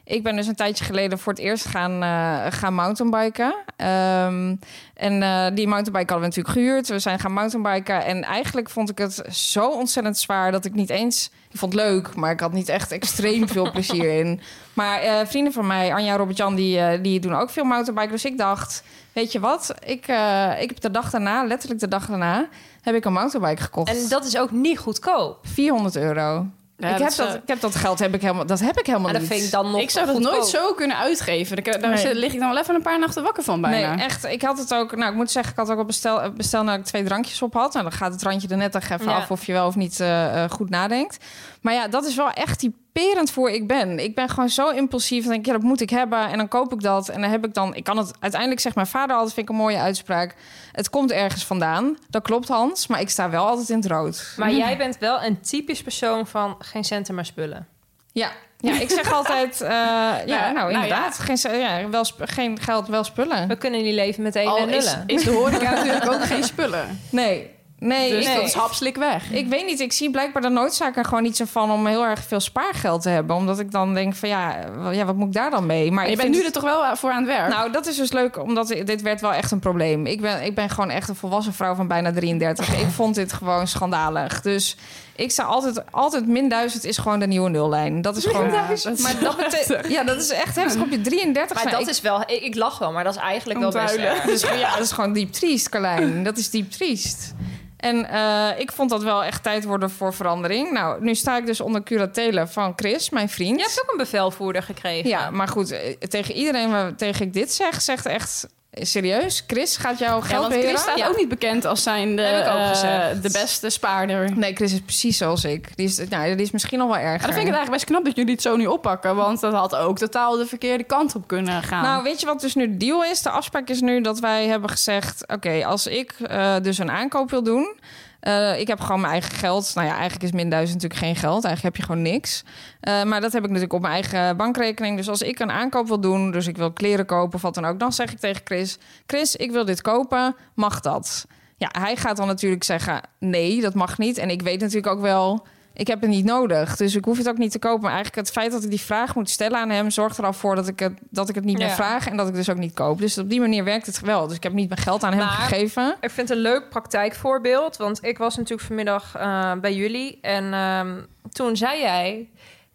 Ik ben dus een tijdje geleden voor het eerst gaan, eh, gaan mountainbiken. Ehm, en eh, die mountainbike hadden we natuurlijk gehuurd. We zijn gaan mountainbiken. En eigenlijk vond ik het zo ontzettend zwaar dat ik niet eens... Ik vond het leuk, maar ik had niet echt extreem veel plezier in. Maar eh, vrienden van mij, Anja en Robert-Jan, die, eh, die doen ook veel mountainbiken. Dus ik dacht, weet je wat? Ik, eh, ik heb de dag daarna, letterlijk de dag daarna... heb ik een mountainbike gekocht.
En dat is ook niet goedkoop.
400 euro.
Ja,
ik,
dat
heb
is,
dat,
eh,
ik heb dat geld heb ik helemaal, dat heb ik helemaal
Maar dat
niet.
vind ik dan nog
ik zou dat
goedkoop.
nooit zo kunnen uitgeven. Daar, daar
Nee.
lig ik dan wel even een paar nachten wakker van bijna.
Nee, echt. Ik had het ook. Nou, ik moet zeggen, ik had ook op bestel, eh, bestel dat ik twee drankjes op had. Nou, dan gaat het randje er net echt even
Ja.
af of je wel of niet eh, eh, goed nadenkt. Maar ja, dat is wel echt typerend voor ik ben. Ik ben gewoon zo impulsief. Dan denk ik, ja, dat moet ik hebben. En dan koop ik dat. En dan heb ik dan. Ik kan het uiteindelijk, zegt mijn vader altijd, vind ik een mooie uitspraak. Het komt ergens vandaan. Dat klopt, Hans. Maar ik sta wel altijd in het rood.
Maar jij bent wel een typisch persoon van geen centen maar spullen.
Ja. Ja, ik zeg altijd,
[LAUGHS]
eh, ja,
nou ja.
nou inderdaad, Geen, ce- ja, wel sp- geen geld, wel spullen.
We kunnen niet leven met één en
Al is,
nullen.
is de
[LAUGHS]
horeca natuurlijk ook geen spullen.
Nee, nee,
Dus
nee.
dat is hapslik weg.
Ik weet niet, ik zie blijkbaar de noodzaak er gewoon niet zo van om heel erg veel spaargeld te hebben. Omdat ik dan denk van ja, w- ja wat moet ik daar dan mee? Maar
Maar
ik
je bent
vind
nu er
het-
toch wel eh, voor aan het werk?
Nou, dat is dus leuk, omdat i- dit werd wel echt een probleem. Ik ben, ik ben gewoon echt een volwassen vrouw van bijna 33. Ik vond dit gewoon schandalig. Dus ik sta altijd, altijd min 1000 is gewoon de nieuwe nullijn. Dat is gewoon...
Ja, dat is-
Maar dat betekent... Ja, dat is echt heftig op je 33.
Maar
zijn.
dat
Ik-
is wel... Ik, ik lach wel, maar dat is eigenlijk
Om
wel
te
best
huilen.
erg.
dat is, ja, dat is gewoon diep triest, Carlijn. Dat is diep triest. En eh, ik vond dat wel echt tijd worden voor verandering. Nou, nu sta ik dus onder curatele van Chris, mijn vriend.
Je hebt ook een bevelvoerder gekregen.
Ja, maar goed, eh, tegen iedereen waar- tegen ik dit zeg, zegt echt... Serieus, Chris gaat
[LAUGHS]
jouw
Ja,
geld
want Chris
beheren?
staat
Ja.
ook niet bekend als zijn de,
Heb ik ook
eh,
gezegd.
de beste spaarder.
Nee, Chris is precies zoals ik. Die is, nou, die is misschien nog wel erger.
Maar dan vind ik het eigenlijk best knap dat jullie het zo nu oppakken. Want dat had ook totaal de verkeerde kant op kunnen gaan.
Nou, weet je wat dus nu de deal is? De afspraak is nu dat wij hebben gezegd... oké, als ik eh, dus een aankoop wil doen... eh, ik heb gewoon mijn eigen geld. Nou ja, eigenlijk is min 1000 natuurlijk geen geld. Eigenlijk heb je gewoon niks. Eh, maar dat heb ik natuurlijk op mijn eigen bankrekening. Dus als ik een aankoop wil doen... dus ik wil kleren kopen of wat dan ook... dan zeg ik tegen Chris... Chris, ik wil dit kopen. Mag dat? Ja, hij gaat dan natuurlijk zeggen... nee, dat mag niet. En ik weet natuurlijk ook wel... Ik heb het niet nodig, dus ik hoef het ook niet te kopen. Maar eigenlijk het feit dat ik die vraag moet stellen aan hem... zorgt er al voor dat ik het, dat ik het niet meer
Ja.
vraag... en dat ik dus ook niet koop. Dus op die manier werkt het wel. Dus ik heb niet mijn geld aan hem
Maar-
gegeven.
Ik vind het een leuk praktijkvoorbeeld. Want ik was natuurlijk vanmiddag eh, bij jullie. En ehm, toen zei jij,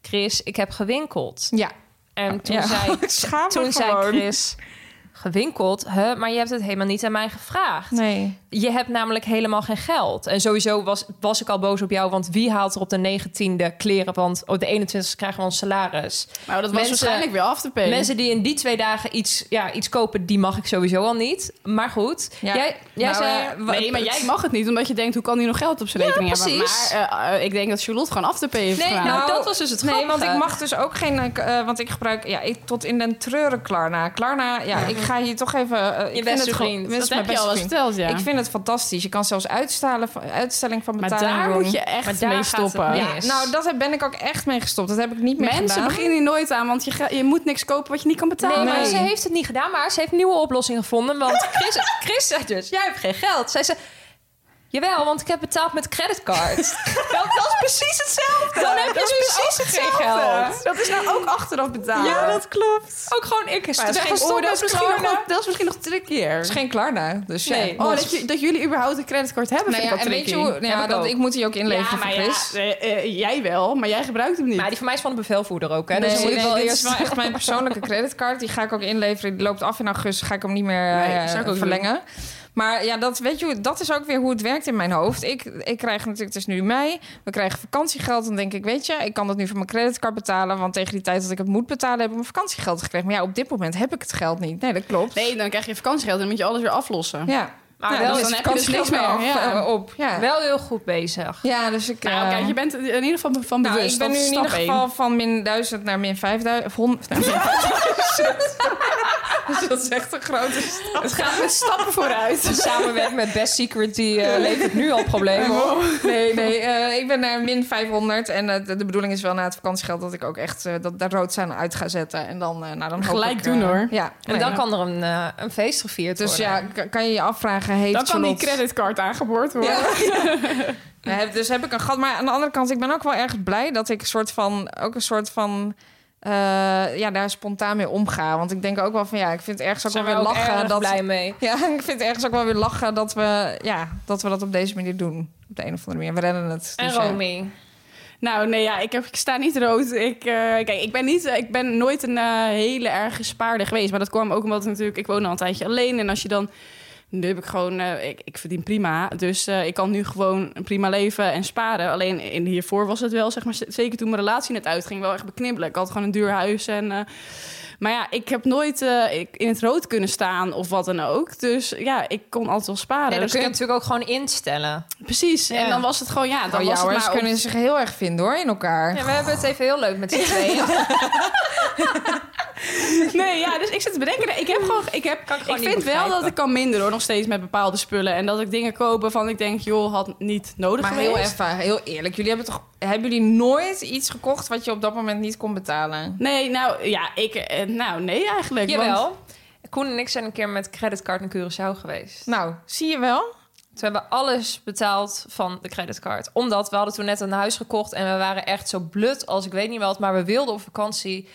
Chris, ik heb gewinkeld.
Ja,
En toen
Ja.
[LAUGHS] zei,
Ik schaam me
toen zei
gewoon.
Chris, gewinkeld? Huh? Maar je hebt het helemaal niet aan mij gevraagd.
nee.
Je hebt namelijk helemaal geen geld. En sowieso was, was ik al boos op jou. Want wie haalt er op de 19e kleren? Want op de 21e krijgen we ons salaris.
Nou, dat was
Mensen-
waarschijnlijk weer af te pay.
Mensen die in die twee dagen iets, ja, iets kopen, die mag ik sowieso al niet. Maar goed.
Ja.
Jij, jij
Nou,
zei...
eh,
wa-
Nee, maar jij mag het niet, omdat je denkt, hoe kan hij nog geld op zijn rekening hebben?
precies.
Maar eh, eh, ik denk dat Charlotte gewoon af te pay heeft
Nee,
gedaan.
nou, dat was dus het
Nee, want
grappige.
ik mag dus ook geen... eh, want ik gebruik ja, ik, tot in den treuren Klarna. Klarna, ja, ik ga hier toch even... eh, ik vind
beste
het gewoon-
vriend.
dit is
dat
mijn
heb je
beste
al eens
vriend.
verteld, ja.
Ik vind het fantastisch. Je kan zelfs uitstellen, van- uitstelling van
maar
betaling
daar
doen.
moet je
Maar
echt
daar
mee
gaat het
stoppen.
mis.
Ja, nou, daar ben ik ook echt mee gestopt. Dat heb ik niet meer
Mensen
gedaan.
beginnen hier nooit aan, want je, ga- je moet niks kopen wat je niet kan betalen.
Nee, maar
Nee.
ze heeft het niet gedaan, maar ze heeft nieuwe oplossingen gevonden. Want [LAUGHS] Chris, Chris zei dus, jij hebt geen geld. Zij zei, jawel, want ik heb betaald met creditcard. dat, dat is precies hetzelfde. Dan heb je
Dat
dus
is
precies
hetzelfde.
geen geld.
Dat is nou ook achteraf betalen.
klopt.
Ook gewoon, ik is
Maar dat, is geen-
gestopt
oh, dat, is
met
misschien nog,
corona.
wel- dat is misschien nog drie
Het
keer.
is geen Klarna, dus ja.
Nee.
Oh, dat, je- dat jullie überhaupt een creditcard hebben,
Nou
vind
ja,
ik
en
al
weet je
tricky.
hoe... Ja,
Heb ik
dat,
ook.
ik moet die ook inleveren voor
ja,
Chris.
eh, eh, jij wel, maar jij gebruikt hem niet.
Maar die van mij is van een bevelvoerder ook. Hè?
Nee,
dus dan moet
nee,
ik wel
dit
eerst...
is wel echt mijn persoonlijke creditcard. Die ga ik ook inleveren. Die loopt af in augustus. Ga ik hem niet meer eh,
Nee, zou ik ook doen.
verlengen. Maar ja, dat, weet je, hoe- dat is ook weer hoe het werkt in mijn hoofd. Ik, ik krijg natuurlijk, het is nu mei, we krijgen vakantiegeld. Dan denk ik, weet je, ik kan dat nu van mijn creditcard betalen. Want tegen die tijd dat ik het moet betalen, heb ik mijn vakantiegeld gekregen. Maar ja, op dit moment heb ik het geld niet. Nee, dat klopt.
Nee, dan krijg je vakantiegeld en dan moet je alles weer aflossen.
Ja.
Maar
Ja,
wel
dus
is
dan
het
heb je dus niks
vakantiegeld
meer af,
wel, ja.
eh, op. Ja.
Wel heel goed bezig.
ja, dus ik...
Nou,
eh,
kijk, je bent in ieder geval van
nou,
bewust.
ik ben
dat
nu
is
in
stap
ieder
één.
geval van min 1000 naar min 5000. Of 100. Nou, min
[LAUGHS]
5000. Dus dat is echt een grote
Het gaat
met stappen
De
vooruit.
samenwerking met Best Secret die, eh, levert nu al problemen op.
Nee, nee. eh, ik ben naar min 500. En eh, de, de bedoeling is wel na het vakantiegeld dat ik ook echt eh, dat, daar rood zijn uit ga zetten. En dan, eh nou, dan hoop
Gelijk
ik, eh,
doen, hoor.
Ja.
En dan kan er een, eh, een feest gevierd
Dus
worden.
ja, k- kan je je afvragen, heeft
Dan kan die
Charlotte-
creditcard aangeboord worden.
Ja.
[LAUGHS]
Ja, heb- dus heb ik een gat. Maar aan de andere kant, ik ben ook wel erg blij dat ik een soort van, ook een soort van, eh, ja, daar spontaan mee omga. Want ik denk ook wel van, ja, ik vind het ergens ook
Zijn
wel
we
weer
ook
lachen.
erg
dat,
blij mee. Dus
Ja, [LAUGHS] ik vind het ergens ook wel weer lachen dat we, ja, dat we dat op deze manier doen. Op de een of andere manier. We redden het.
En
Dus, ja.
Romy.
Nou, nee, ja, ik, heb, ik sta niet rood. Ik, eh, kijk, ik ben, niet, ik ben nooit een eh, hele erge spaarder geweest. Maar dat kwam ook omdat natuurlijk, ik woon al een tijdje alleen. En als je dan... Nu heb ik gewoon... eh, ik, ik verdien prima. Dus eh, ik kan nu gewoon een prima leven en sparen. Alleen in, hiervoor was het wel, zeg maar... z- Zeker toen mijn relatie net uitging, wel echt beknibbelen. Ik had gewoon een duur huis en... eh, maar ja, ik heb nooit eh, ik- in het rood kunnen staan of wat dan ook. Dus ja, ik kon altijd wel sparen.
Nee, dat
Dus
kun
ik
je
heb-
natuurlijk ook gewoon instellen.
Precies. En dan was het gewoon, ja, dan
Nou,
was het
jouwers
maar op-
kunnen zich heel erg vinden hoor, in elkaar.
Ja, we hebben het even heel leuk met [LAUGHS] z'n tweeën.
Nee, ja, dus ik zit te bedenken. nee, Ik heb gewoon, ik heb,
Kan ik
ik,
gewoon niet
vind wel
begrijpen.
dat ik kan minder hoor, nog steeds met bepaalde spullen. En dat ik dingen koop waarvan ik denk, joh, had niet nodig
maar
geweest.
heel even, heel eerlijk. Jullie hebben toch hebben jullie nooit iets gekocht wat je op dat moment niet kon betalen?
Nee, nou, ja, ik, eh, nou, nee eigenlijk. Want,
Jawel. Koen en ik zijn een keer met creditcard naar Curaçao geweest.
Nou, zie je wel?
Toen hebben we alles betaald van de creditcard. Omdat we hadden toen net een huis gekocht en we waren echt zo blut als ik weet niet wat. Maar we wilden op vakantie.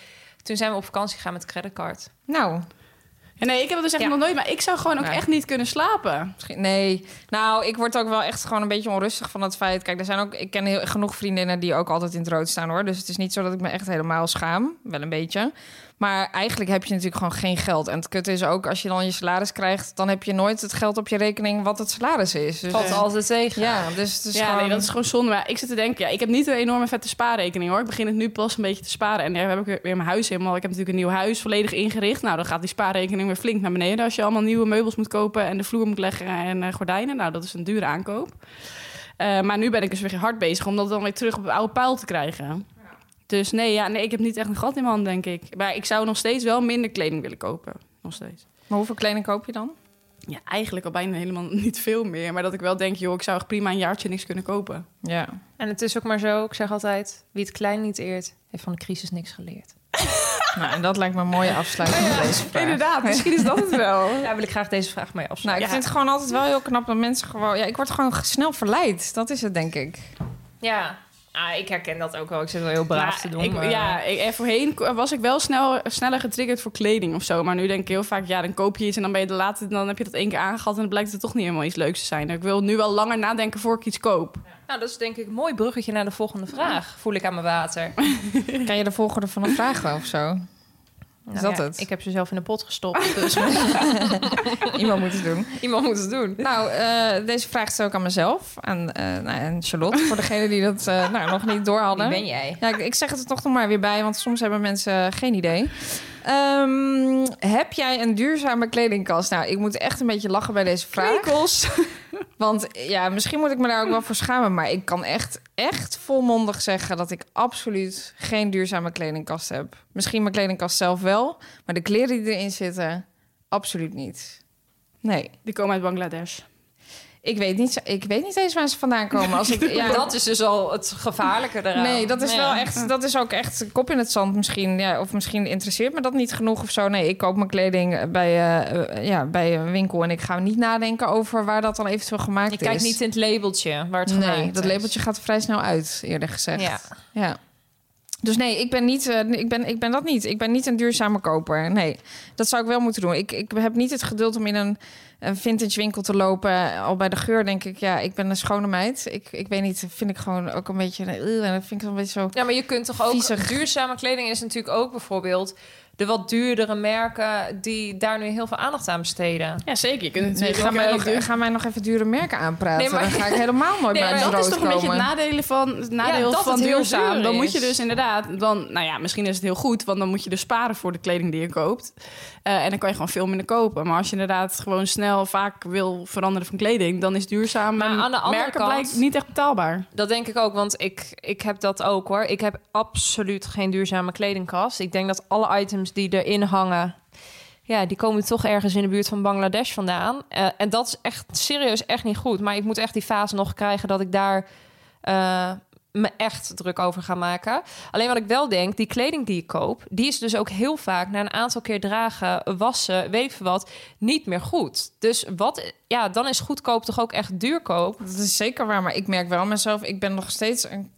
Toen zijn we op vakantie gegaan met de creditcard.
Nou,
nee, ik heb het dus echt
Ja.
nog nooit, maar ik zou gewoon ook
Nee.
echt niet kunnen slapen.
misschien- nee. Nou, ik word ook wel echt gewoon een beetje onrustig van dat feit. Kijk, er zijn ook, ik ken heel, genoeg vriendinnen die ook altijd in het rood staan hoor. Dus het is niet zo dat ik me echt helemaal schaam. Wel een beetje. Maar eigenlijk heb je natuurlijk gewoon geen geld. En het kut is ook, als je dan je salaris krijgt... dan heb je nooit het geld op je rekening wat het salaris is. Dus,
Valt altijd tegen.
ja, dus het is
ja,
gewoon...
nee, dat is gewoon zonde. Maar ik zit te denken, ja, ik heb niet een enorme vette spaarrekening hoor. Ik begin het nu pas een beetje te sparen. En daar heb ik weer- weer mijn huis helemaal. Ik heb natuurlijk een nieuw huis volledig ingericht. Nou, dan gaat die spaarrekening weer flink naar beneden. Als je allemaal nieuwe meubels moet kopen en de vloer moet leggen en eh, gordijnen. Nou, dat is een dure aankoop. Eh, maar nu ben ik dus weer hard bezig om dat dan weer terug op het oude paal te krijgen. Dus nee, ja, nee, ik heb niet echt een gat in mijn hand, denk ik. Maar ik zou nog steeds wel minder kleding willen kopen. Nog steeds.
Maar hoeveel kleding koop je dan?
Ja, eigenlijk al bijna helemaal [LAUGHS] niet veel meer. Maar dat ik wel denk, joh, ik zou echt prima een jaartje niks kunnen kopen.
Ja.
En het is ook maar zo, ik zeg altijd, wie het klein niet eert, heeft van de crisis niks geleerd.
Nou, en dat lijkt me een mooie afsluiting van deze vraag.
Inderdaad, misschien is dat het
[LAUGHS]
wel.
Daar wil ik graag deze vraag mee afsluiten.
Nou, ik
Ja.
vind het gewoon altijd wel heel knap dat mensen gewoon... Ja, ik word gewoon snel verleid. Dat is het, denk ik.
Ja, ah, ik herken dat ook wel. Ik zit wel heel braaf te doen.
Ik,
maar-
ja, ik, en voorheen ko- was ik wel snel, eh, sneller getriggerd voor kleding of zo. Maar nu denk ik heel vaak, ja, dan koop je iets en dan ben je de laatste... dan heb je dat één keer aangehad en dan blijkt het toch niet helemaal iets leuks te zijn. Ik wil nu wel langer nadenken voor ik iets koop.
Nou, dat is denk ik een mooi bruggetje naar de volgende vraag. Voel ik aan mijn
[LAUGHS]
water.
Kan je de volgorde van een vraag wel of zo?
Nou
dat
ja,
het?
Ik heb ze zelf in de pot
[LAUGHS]
gestopt. Dus
Iemand moet het doen.
[LAUGHS] iemand moet het doen.
Nou, eh, deze vraag stel ik aan mezelf. Aan, eh nou, en Charlotte, voor degenen die dat eh, nou, nog niet door hadden.
Wie ben jij?
Ja, ik, ik zeg het er toch nog maar weer bij, want soms hebben mensen geen idee. Ehm, heb jij een duurzame kledingkast? Nou, ik moet echt een beetje lachen bij deze vraag.
Krekels.
[LAUGHS] Want ja, misschien moet ik me daar ook wel voor schamen. Maar ik kan echt, echt volmondig zeggen dat ik absoluut geen duurzame kledingkast heb. Misschien mijn kledingkast zelf wel, maar de kleren die erin zitten, absoluut niet. Nee.
Die komen uit Bangladesh.
Ik weet niet, ik weet niet eens waar ze vandaan komen. Als
[LAUGHS]
ik, ja,
Dat is dus al het gevaarlijke eraan.
nee, dat is
Ja.
wel echt. Dat is ook echt een kop in het zand misschien. Ja, of misschien interesseert me dat niet genoeg of zo. Nee, ik koop mijn kleding bij, eh, eh, ja, bij een winkel en ik ga niet nadenken over waar dat dan eventueel gemaakt
Je
is.
kijkt niet in het labeltje waar het gemaakt
Nee, dat
is.
labeltje gaat vrij snel uit, eerder gezegd.
Ja.
Ja. Dus nee, ik ben, niet, eh, ik, ben, ik ben dat niet. Ik ben niet een duurzame koper. Nee, dat zou ik wel moeten doen. Ik, ik heb niet het geduld om in een, een vintage winkel te lopen. eh, Al bij de geur denk ik, ja, ik ben een schone meid. Ik, ik weet niet, vind ik gewoon ook een beetje... eh, en dat vind ik een beetje zo...
Ja, maar je kunt toch ook...
Viezig.
Duurzame kleding is natuurlijk ook bijvoorbeeld... de wat duurdere merken die daar nu heel veel aandacht aan besteden.
Ja, zeker. Je kunt
Nee,
natuurlijk
ga
ook
mij,
heel
nog,
duur-
ga mij nog even dure merken aanpraten.
Nee, maar-
Dan ga ik helemaal nooit
Nee,
bij
maar
het
dat is
rood
toch een beetje het
komen.
nadelen van, het nadeel
dat het
van
heel
duurzaam.
duur
Dan
is.
moet je dus inderdaad, dan, nou ja, misschien is het heel goed, want dan moet je dus sparen voor de kleding die je koopt. Eh, en dan kan je gewoon veel minder kopen. Maar als je inderdaad gewoon snel vaak wil veranderen van kleding, dan is duurzaam.
Maar
en
aan de andere
merken
kant-
blijkt niet echt betaalbaar.
Dat denk ik ook, want ik, ik heb dat ook hoor. Ik heb absoluut geen duurzame kledingkast. Ik denk dat alle items die erin hangen... Ja, die komen toch ergens in de buurt van Bangladesh vandaan. Eh, en dat is echt serieus echt niet goed. Maar ik moet echt die fase nog krijgen dat ik daar... eh, me echt druk over ga maken. Alleen wat ik wel denk, die kleding die ik koop... die is dus ook heel vaak na een aantal keer dragen, wassen, weet ik veel wat... niet meer goed. Dus wat, ja, dan is goedkoop toch ook echt duurkoop.
Dat is zeker waar, maar ik merk wel aan mezelf, ik ben nog steeds een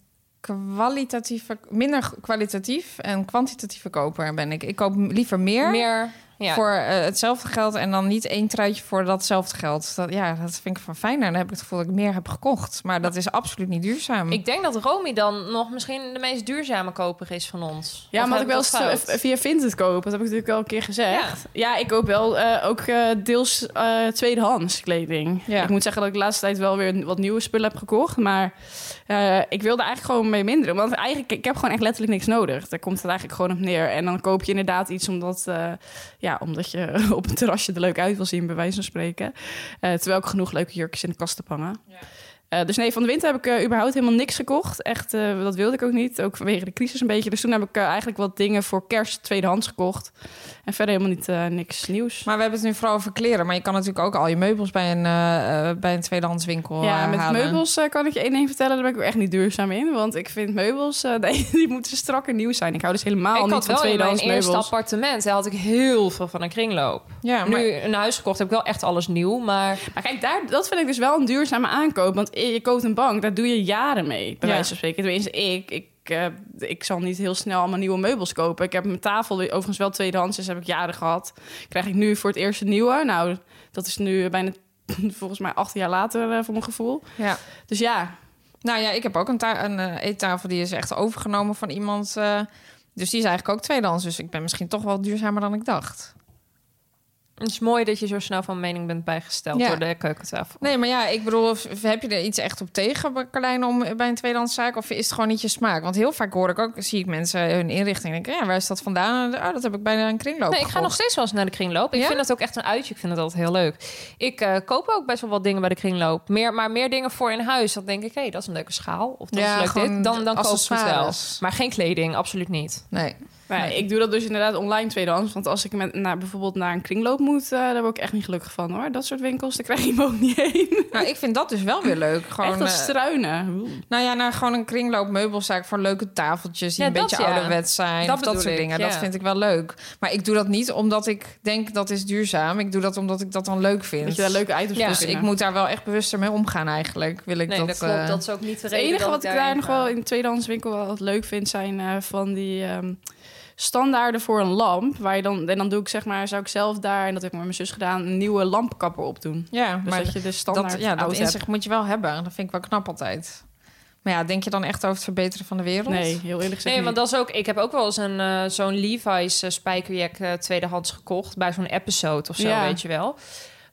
kwalitatieve, minder kwalitatief en kwantitatieve koper ben ik. Ik koop liever meer,
Meer... Ja,
voor eh, hetzelfde geld en dan niet één truitje voor datzelfde geld. Dat, ja, dat vind ik van fijner. Dan heb ik het gevoel dat ik meer heb gekocht, maar dat is absoluut niet duurzaam.
Ik denk dat Romy dan nog misschien de meest duurzame koper is van ons.
Ja,
Of
maar
heb
ik wel
dat fout?
eens via Vinted kopen, dat heb ik natuurlijk al een keer gezegd. Ja, ik koop wel eh, ook eh, deels eh, tweedehands kleding.
Ja.
Ik moet zeggen dat ik de laatste tijd wel weer wat nieuwe spullen heb gekocht. Maar eh, ik wilde eigenlijk gewoon mee minderen. Want eigenlijk, ik heb gewoon echt letterlijk niks nodig. Daar komt het eigenlijk gewoon op neer. En dan koop je inderdaad iets omdat, eh, ja, omdat je [LAUGHS] op een terrasje er leuk uit wil zien, bij wijze van spreken. Eh, terwijl ik genoeg leuke jurkjes in de kast heb hangen. Eh, dus nee, van de winter heb ik eh, überhaupt helemaal niks gekocht. Echt, eh, dat wilde ik ook niet. Ook vanwege de crisis een beetje. Dus toen heb ik eh, eigenlijk wat dingen voor kerst tweedehands gekocht. En verder helemaal niet eh, niks nieuws.
Maar we hebben het nu vooral over kleren, maar je kan natuurlijk ook al je meubels bij een, eh, eh, bij een tweedehands
Oh,
winkel
ja, met
halen.
meubels eh, kan ik je één ding vertellen. Daar ben ik ook echt niet duurzaam in. Want ik vind meubels, eh, [LAUGHS] die, die moeten strak en nieuw zijn. Ik hou dus helemaal
Ik
niet
had
van
wel in mijn
tweedehands
eerste
meubels.
appartement daar had ik heel veel van een kringloop.
Ja, maar
Nu een huis gekocht heb ik wel echt alles nieuw, maar
Maar Nou, kijk, daar, dat vind ik dus wel een duurzame aankoop. Want je koopt een bank, daar doe je jaren mee. Bij
Ja.
wijze van spreken. Tenminste, ik, ik, eh, ik zal niet heel snel allemaal nieuwe meubels kopen. Ik heb mijn tafel weer- overigens wel tweedehands, dus heb ik jaren gehad. Krijg ik nu voor het eerst een nieuwe. Nou, dat is nu bijna [LAUGHS] volgens mij acht jaar later eh, voor mijn gevoel.
ja.
Dus ja,
Nou ja, ik heb ook een, ta- een eh, eettafel die is echt overgenomen van iemand eh, Dus die is eigenlijk ook tweedehands. Dus ik ben misschien toch wel duurzamer dan ik dacht.
Het is mooi dat je zo snel van mening bent bijgesteld
Ja.
door de keukentafel.
Nee, maar ja, ik bedoel, of- of heb je er iets echt op tegen, Carlijn, om bij een tweedehandszaak? Of is het gewoon niet je smaak? Want heel vaak hoor ik ook, zie ik mensen hun inrichting en denk ik, ja, waar is dat vandaan? En, Oh, dat heb ik bijna een kringloop
Nee, ik ga nog
gekocht.
steeds wel eens naar de kringloop. Ik
Ja?
vind dat ook echt een uitje. Ik vind het altijd heel leuk. Ik eh, koop ook best wel wat dingen bij de kringloop. Meer, maar meer dingen voor in huis. Dan denk ik, hé, dat is een leuke schaal. Of dat
Ja,
is leuk
gewoon
dit. Dan, dan koop ik het wel.
accessoires.
Maar geen kleding, absoluut niet.
Nee.
Maar ja, ik doe dat dus inderdaad online tweedehands. Want als ik met, naar, bijvoorbeeld naar een kringloop moet, eh, daar word ik echt niet gelukkig van hoor. Dat soort winkels, daar krijg je me ook niet [LAUGHS] heen.
Nou, ik vind dat dus wel weer leuk.
Echt
Gewoon,
dat
eh,
struinen. Oeh.
nou ja, nou, gewoon een kringloopmeubelzaak voor leuke tafeltjes die
Ja,
een
dat
beetje
ja.
ouderwet zijn.
Dat
of dat
bedoel
soort
ik,
dingen.
ja.
Dat vind ik wel leuk. Maar ik doe dat niet omdat ik denk dat is duurzaam. Ik doe dat omdat ik dat dan leuk vind.
Dat je daar leuke items
Ja.
voor
Dus
vinden.
ik moet daar wel echt bewuster mee omgaan eigenlijk. Wil ik
Nee, dat,
dat,
klopt.
eh,
dat is ook niet de
Het
reden
enige
dat
wat ik daar
daarin
nog
ga.
wel in de tweedehands winkel wel wat leuk vind, zijn eh, van die ehm, standaarden voor een lamp. Waar je dan, en dan doe ik zeg maar, zou ik zelf daar, en dat heb ik met mijn zus gedaan, een nieuwe lampkapper op doen.
Ja,
Dus
maar
dat je de standaard
dat, ja, dat
oud hebt.
inzicht moet je wel hebben. Dat vind ik wel knap altijd. Maar ja, denk je dan echt over het verbeteren van de wereld?
Nee, heel eerlijk gezegd
Nee, want
niet.
dat is ook. Ik heb ook wel eens een eh, zo'n Levi's eh, spijkerjack eh, tweedehands gekocht bij zo'n episode of zo,
Ja.
weet je wel.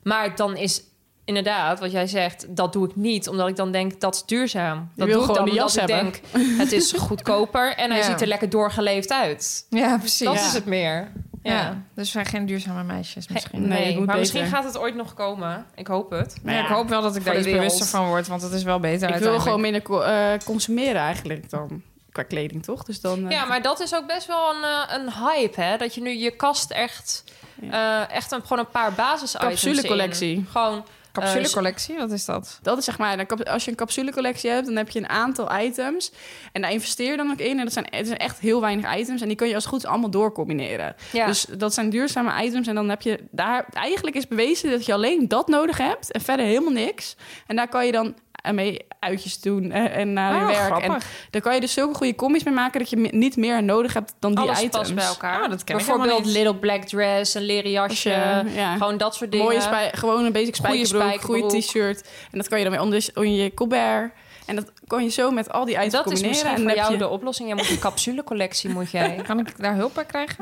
Maar dan is inderdaad wat jij zegt, dat doe ik niet, omdat ik dan denk dat is duurzaam. Dat
wil
doe ik dan
gewoon die
omdat
jas
ik denk het is goedkoper en hij
Ja.
ziet er lekker doorgeleefd uit.
Ja, precies.
Dat
Ja.
is het meer.
ja.
Ja.
dus we zijn geen duurzame meisjes misschien.
Nee,
Nee, het moet
maar
beter.
misschien gaat het ooit nog komen. Ik hoop het.
Maar
Maar ja,
ja,
ik hoop wel dat ik daar
voor de
iets
wereld.
bewuster van word, want het is wel beter
ik wil
uiteindelijk.
gewoon minder co- eh, consumeren eigenlijk dan. Qua kleding toch? Dus dan, eh,
Ja, maar dat is ook best wel een, eh, een hype, hè? Dat je nu je kast echt, eh, echt een, gewoon een paar basis
Capsulecollectie.
Gewoon eh,
Capsulecollectie, wat is dat?
Dat is zeg maar, dan kap- als je een capsulecollectie hebt, dan heb je een aantal items. En daar investeer je dan ook in. En dat zijn, het zijn echt heel weinig items. En die kun je als goed allemaal doorcombineren.
Ja.
Dus dat zijn duurzame items. En dan heb je daar. Eigenlijk is bewezen dat je alleen dat nodig hebt. En verder helemaal niks. En daar kan je dan mee uitjes doen eh, en naar
Ah,
je
Oh,
werk. En
grappig.
daar kan je dus zulke goede combi's mee maken dat je mi- niet meer nodig hebt dan die
alles
items.
past bij elkaar.
Ah, dat ken ik
Bijvoorbeeld
helemaal niet.
little black dress, een leren jasje.
Jasje, ja.
Gewoon dat soort dingen.
Mooie spij- gewoon een basic
Goeie
spijkerbroek, goede
spijkerbroek.
t-shirt. En dat kan je dan weer onder, onder je colbert. En dat kon je zo met al die items
dat is
combineren.
misschien
en
voor
dan heb
jou
je-
de oplossing. Jij moet een capsulecollectie, moet jij.
[LAUGHS] Kan ik daar hulp bij krijgen?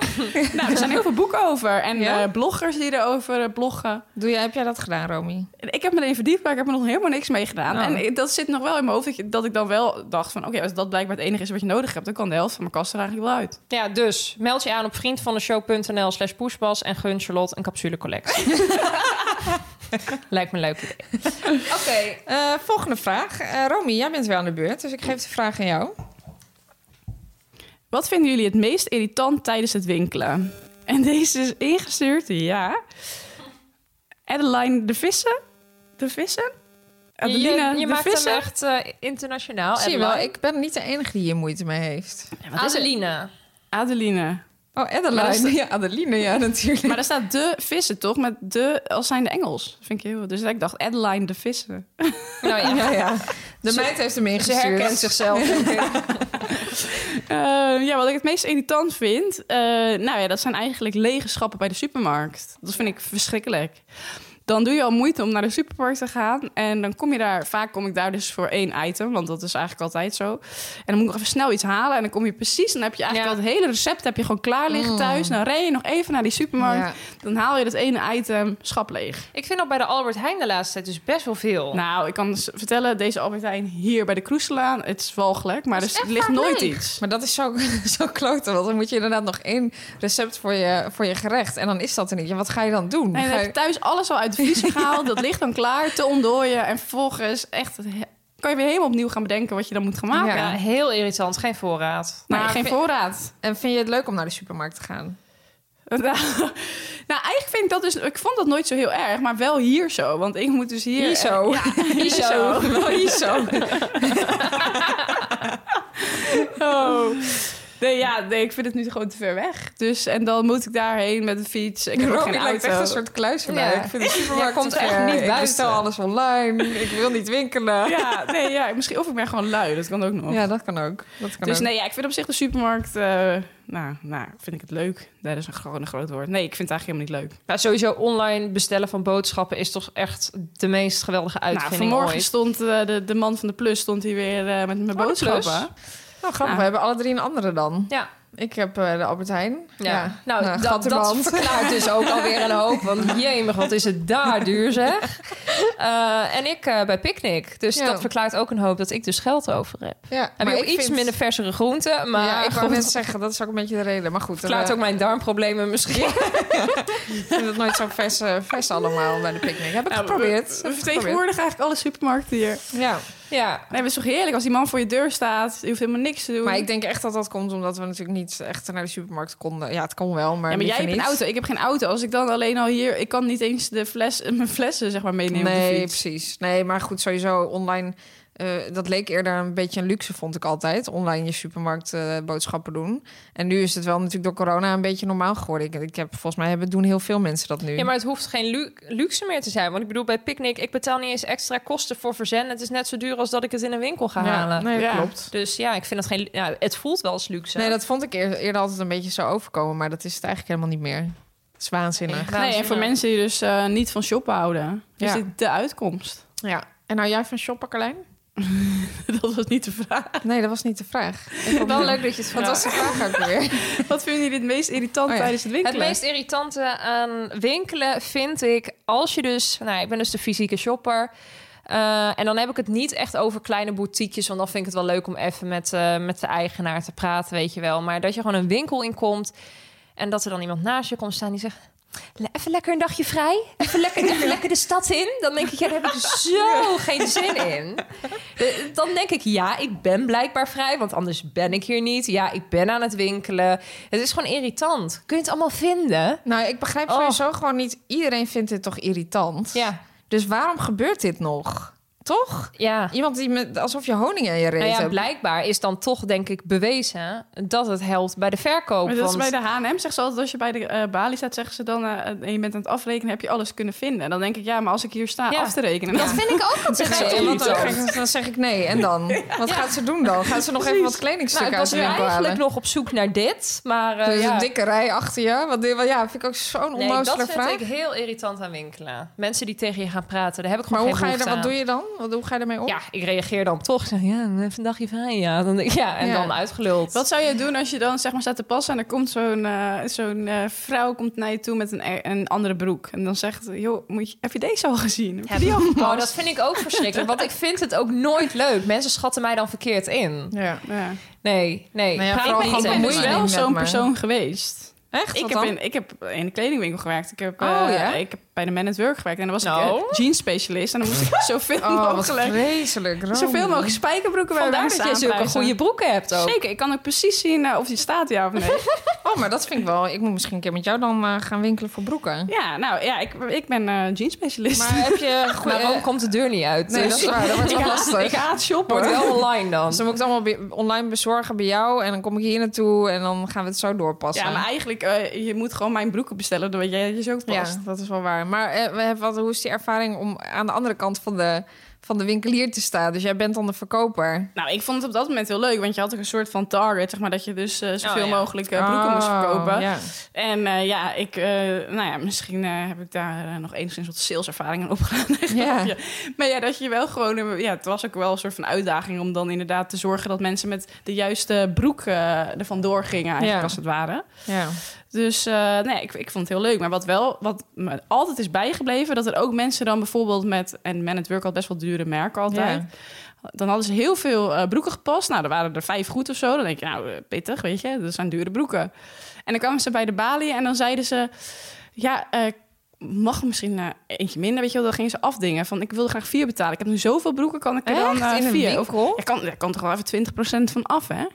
Nou, er zijn heel veel boeken over. En
Ja?
eh, bloggers die erover eh, bloggen.
Doe jij, heb jij dat gedaan, Romy?
En Ik heb me erin verdiept, maar ik heb er nog helemaal niks mee gedaan.
Oh.
En ik- dat zit nog wel in mijn hoofd. Dat, je- dat ik dan wel dacht van... Oké, als dat blijkbaar het enige is wat je nodig hebt... dan kan de helft van mijn kast er eigenlijk wel uit.
ja, dus meld je aan op vriendvandeshow.nl slash poespas en gun Charlotte een capsulecollectie.
[LAUGHS]
Lijkt me een leuk idee. Oké.
Eh, volgende vraag. Eh, Romy, jij bent weer aan de beurt, dus ik geef de vraag aan jou.
Wat vinden jullie het meest irritant tijdens het winkelen? En deze is ingestuurd, ja. Adeline de Vissen. De Vissen?
Je,
Adeline
je, je
de
maakt
Vissen.
hem echt eh, internationaal.
Zie je wel,
Adeline.
ik ben niet de enige die hier moeite mee heeft.
Adeline.
Adeline.
Oh,
Maar dat
Adeline.
is-
[LAUGHS] Ja, Adeline, ja, natuurlijk.
Maar daar staat de vissen toch? Met de als zijn de Engels. Dat vind ik heel. Dus ik dacht Adeline de vissen.
Nou ja,
[LAUGHS]
[LAUGHS]
ja, ja. De meid heeft hem
ze
ingestuurd.
herkent zichzelf.
Eh, ja, wat ik het meest irritant vind. eh, nou ja, dat zijn eigenlijk lege schappen bij de supermarkt. Dat vind ik verschrikkelijk. Dan doe je al moeite om naar de supermarkt te gaan. En dan kom je daar, vaak kom ik daar dus voor één item. Want dat is eigenlijk altijd zo. En dan moet ik nog even snel iets halen. En dan kom je precies, dan heb je eigenlijk
Ja.
al het hele recept heb je gewoon klaar liggen thuis. Dan rij je nog even naar die supermarkt.
Ja.
Dan haal je dat ene item schap leeg.
ik vind dat bij de Albert Heijn de laatste tijd dus best wel veel. [LAUGHS]
Nou, ik kan dus vertellen, deze Albert Heijn hier bij de Kroeselaan, het is walgelijk, maar
dus
er ligt
vaak
nooit
leeg.
iets.
Maar dat is zo, [LAUGHS] zo kloten, want dan moet je inderdaad nog één recept voor je, voor je gerecht. En dan is dat er niet. Ja, wat ga je dan doen?
En dan
Ga
heb
je-
je thuis alles al uit de
[LAUGHS]
vriezer gehaald, dat ligt dan klaar te ontdooien. En vervolgens echt, he- kan je weer helemaal opnieuw gaan bedenken wat je dan moet gaan maken.
Ja.
Ja,
[LAUGHS]
heel irritant. Geen voorraad.
Maar
Maar
geen
vind-
voorraad.
En vind je het leuk om naar de supermarkt te gaan?
Nou, eigenlijk vind ik dat dus... Ik vond dat nooit zo heel erg, maar wel hier zo. Want ik moet dus hier...
[LAUGHS] Hier zo.
[LAUGHS] Ja, hier zo.
Wel hier zo.
Oh. Nee, ja, nee, ik vind het nu gewoon te ver weg. Dus, en dan moet ik daarheen met de fiets. Ik heb ook
Romy
geen
lijkt
auto.
echt een soort kluizenaar.
Ja.
Ik vind de supermarkt
Jij komt
te
echt
ver.
niet
Ik
buiten.
bestel alles online. Ik wil niet winkelen. Ja,
Ja, nee, ja, misschien of ik ben gewoon lui, dat kan ook nog.
dat kan ook. Dat kan
dus
ook.
nee, ja, ik vind op zich de supermarkt, eh, nou, nou, vind ik het leuk. Dat is een, gewoon een groot woord. Nee, ik vind het eigenlijk helemaal niet leuk.
Ja, sowieso online bestellen van boodschappen is toch echt de meest geweldige
nou,
uitvinding
vanmorgen
ooit.
stond eh, de, de man van de plus stond hier weer eh, met mijn
Oh, de Plus.
boodschappen.
Nou, grappig.
Ja.
We hebben alle drie een andere dan.
Ja,
Ik heb eh, de Albert Heijn.
Ja. Nou,
Nou, gat
dat,
in mijn
dat
hand.
verklaart dus ook alweer een hoop. [LAUGHS] Want jemig, wat is het daar duur [LAUGHS] zeg. Eh, en ik eh, bij Picnic. Dus
Ja.
dat verklaart ook een hoop dat ik dus geld over heb.
Ja,
Heb
maar
je ook
ik
iets
vind-
minder versere groenten. Maar
ja,
ik
ik wou
vond-
net zeggen, dat is ook een beetje de reden. Maar goed,
verklaart
eh,
ook mijn darmproblemen misschien.
ik vind het nooit zo vers, eh, vers allemaal bij de picknick. Heb ik
Nou, we-
geprobeerd.
We vertegenwoordigen eigenlijk alle supermarkten hier.
Ja,
ja.
Nee, maar het is toch heerlijk als die man voor je deur staat. Je hoeft helemaal niks te doen.
maar ik denk echt dat dat komt omdat we natuurlijk niet echt naar de supermarkt konden. Ja, het kon wel, maar,
ja, maar jij
liever
hebt een
niet.
auto. Ik heb geen auto. Als ik dan alleen al hier... Ik kan niet eens de fles, [LAUGHS] mijn flessen zeg maar meenemen op de
Nee,
fiets.
precies. Nee, maar goed, sowieso online. eh, dat leek eerder een beetje een luxe, vond ik altijd. Online je supermarkt eh, boodschappen doen. En nu is het wel natuurlijk door corona een beetje normaal geworden. Ik, ik heb volgens mij hebben, doen heel veel mensen dat nu.
ja, maar het hoeft geen lu- luxe meer te zijn. Want ik bedoel, bij Picnic, ik betaal niet eens extra kosten voor verzenden. Het is net zo duur als dat ik het in een winkel ga
Ja,
halen.
Nee, dat
Ja.
klopt.
Dus ja, ik vind dat geen... Ja, het voelt wel eens luxe.
Nee, dat vond ik eer- eerder altijd een beetje zo overkomen. Maar dat is het eigenlijk helemaal niet meer. Het is waanzinnig.
Nee, en voor mensen die dus eh, niet van shoppen houden, is
Ja.
dit de uitkomst. [LAUGHS]
Ja. En nou jij van shoppen, Carlijn?
dat was niet de vraag.
[LAUGHS] Nee, dat was niet de vraag. Ik vond [LAUGHS]
Wel leuk dat je het
Wat was de vraag ook weer?
Wat vinden jullie het meest irritant
Oh ja.
tijdens het
Het
winkelen?
meest irritante aan winkelen vind ik als je dus, nou, ik ben dus de fysieke shopper. Eh, en dan heb ik het niet echt over kleine boutiquejes, want dan vind ik het wel leuk om even met, eh, met de eigenaar te praten, weet je wel. Maar dat je gewoon een winkel inkomt en dat er dan iemand naast je komt staan die zegt: "Le- Even lekker een dagje vrij, even lekker, even lekker de stad in. Dan denk ik, ja, daar heb ik zo geen zin in. Eh, Dan denk ik, ja, ik ben blijkbaar vrij, want anders ben ik hier niet. Ja, ik ben aan het winkelen. Het is gewoon irritant. Kun je het allemaal vinden?
Nou, ik begrijp
Oh.
sowieso gewoon niet. Iedereen vindt dit toch irritant?
Ja,
Dus waarom gebeurt dit nog? Toch?
ja.
Iemand die met, alsof je honing in je reet
Nou ja,
hebt.
blijkbaar is dan toch, denk ik, bewezen dat het helpt bij de verkoop.
Maar dat is bij
want-
de H&M, zeggen ze altijd, als je bij de eh balie staat, zeggen ze dan, eh, en je bent aan het afrekenen, heb je alles kunnen vinden. En dan denk ik, ja, maar als ik hier sta
Ja.
af te rekenen...
Dat vind ik ook altijd zo
Nee, en wat dan,
irritant.
zeg ik- dan zeg ik nee. En dan? Wat gaat ze doen dan? Gaat ze nog even wat kledingstukken
Nou,
uit
ik was
de
nu
winkel
eigenlijk
halen?
nog op zoek naar dit, maar... eh,
Er is
ja.
een dikke rij achter je. Wat, wat- ja, vind ik ook zo'n
Nee,
onnozele
dat vind
vraag.
ik heel irritant aan winkelen. Mensen die tegen je gaan praten, daar heb ik
Maar
gewoon
hoe ga
geen
je dan,
behoefte
wat doe je dan? Wat, hoe ga je ermee om?
aan. Ja, ik reageer dan toch. Ik Zeg, ja, even een dagje vrij, ja. Dan, denk ik, ja en
Ja.
dan uitgeluld.
Wat zou jij doen als je dan zeg maar staat te passen en er komt zo'n eh, zo'n eh, vrouw komt naar je toe met een, e- een andere broek en dan zegt, joh, moet je, heb je deze al gezien? Heb je die al
Oh,
gepast?
dat vind ik ook verschrikkelijk, want ik vind het ook nooit leuk. Mensen schatten mij dan verkeerd in.
Ja.
Ja.
Nee, nee.
Nou ja,
praat
vooral
me niet
gewoon
Ik ben dus
tegen
bemoeien.
me.
wel
niet met
zo'n
me.
persoon geweest.
Echt?
Ik
Wat
heb,
dan?
in, ik heb in een kledingwinkel gewerkt. Ik heb, eh,
Oh, ja?
ik heb bij de Man at Work gewerkt. En dan was ik
Nou.
eh, jeansspecialist. En dan moest ik
[LAUGHS]
zoveel
Oh, wat
mogelijk...
vreselijk. Romy.
Zoveel mogelijk spijkerbroeken bij
Oh. Vandaar dat
mensen
jij zulke
aanprijzen.
goede broeken hebt ook.
Zeker, ik kan ook precies zien eh, of die staat, ja of
[LAUGHS]
nee.
Oh, maar dat vind ik wel. Ik moet misschien een keer met jou dan eh, gaan winkelen voor broeken.
ja, nou ja, ik, ik ben eh jeansspecialist.
Maar heb
[LAUGHS]
je goede...
Maar waarom komt de deur niet uit?
Nee,
Dus-
dat is waar. Dat wordt wel lastig.
[LAUGHS] ik haat shoppen.
[LAUGHS] Wordt wel online dan.
Dus dan moet ik het allemaal be- online bezorgen bij jou. En dan kom ik hier naartoe. En dan gaan we het zo doorpassen.
Ja, maar eigenlijk, eh, je moet gewoon mijn broeken bestellen doordat jij je zo past.
Ja, dat is wel waar. Maar eh, we hebben wat, hoe is die ervaring om aan de andere kant van de, van de winkelier te staan? Dus jij bent dan de verkoper.
Nou, ik vond het op dat moment heel leuk, want je had ook een soort van target, zeg maar, dat je dus eh, zoveel
Oh, ja.
mogelijk eh, broeken moest
Oh,
verkopen.
Ja.
En eh, ja, ik, eh, nou ja, misschien eh, heb ik daar eh, nog enigszins wat saleservaring aan opgedaan. [LAUGHS]
Ja.
Ja. Maar ja, dat je wel gewoon, eh, ja, het was ook wel een soort van uitdaging om dan inderdaad te zorgen dat mensen met de juiste broek eh er vandoor gingen, eigenlijk
Ja.
als het ware.
ja.
Dus eh, nee, ik, ik vond het heel leuk. Maar wat wel, wat me altijd is bijgebleven, dat er ook mensen dan bijvoorbeeld met, en Man at Work had best wel dure merken altijd. Dan hadden ze heel veel eh, broeken gepast. Nou, er waren er vijf goed of zo. Dan denk je, nou, eh, pittig, weet je, dat zijn dure broeken. En dan kwamen ze bij de balie en dan zeiden ze, ja, eh, mag er misschien eh, eentje minder, weet je wel. Dan gingen ze afdingen van, ik wilde graag vier betalen. Ik heb nu zoveel broeken, kan ik er dan
Echt?
eh,
In een
vier?
winkel?
Of, ja, kan, daar kan toch wel even 20% van af, hè?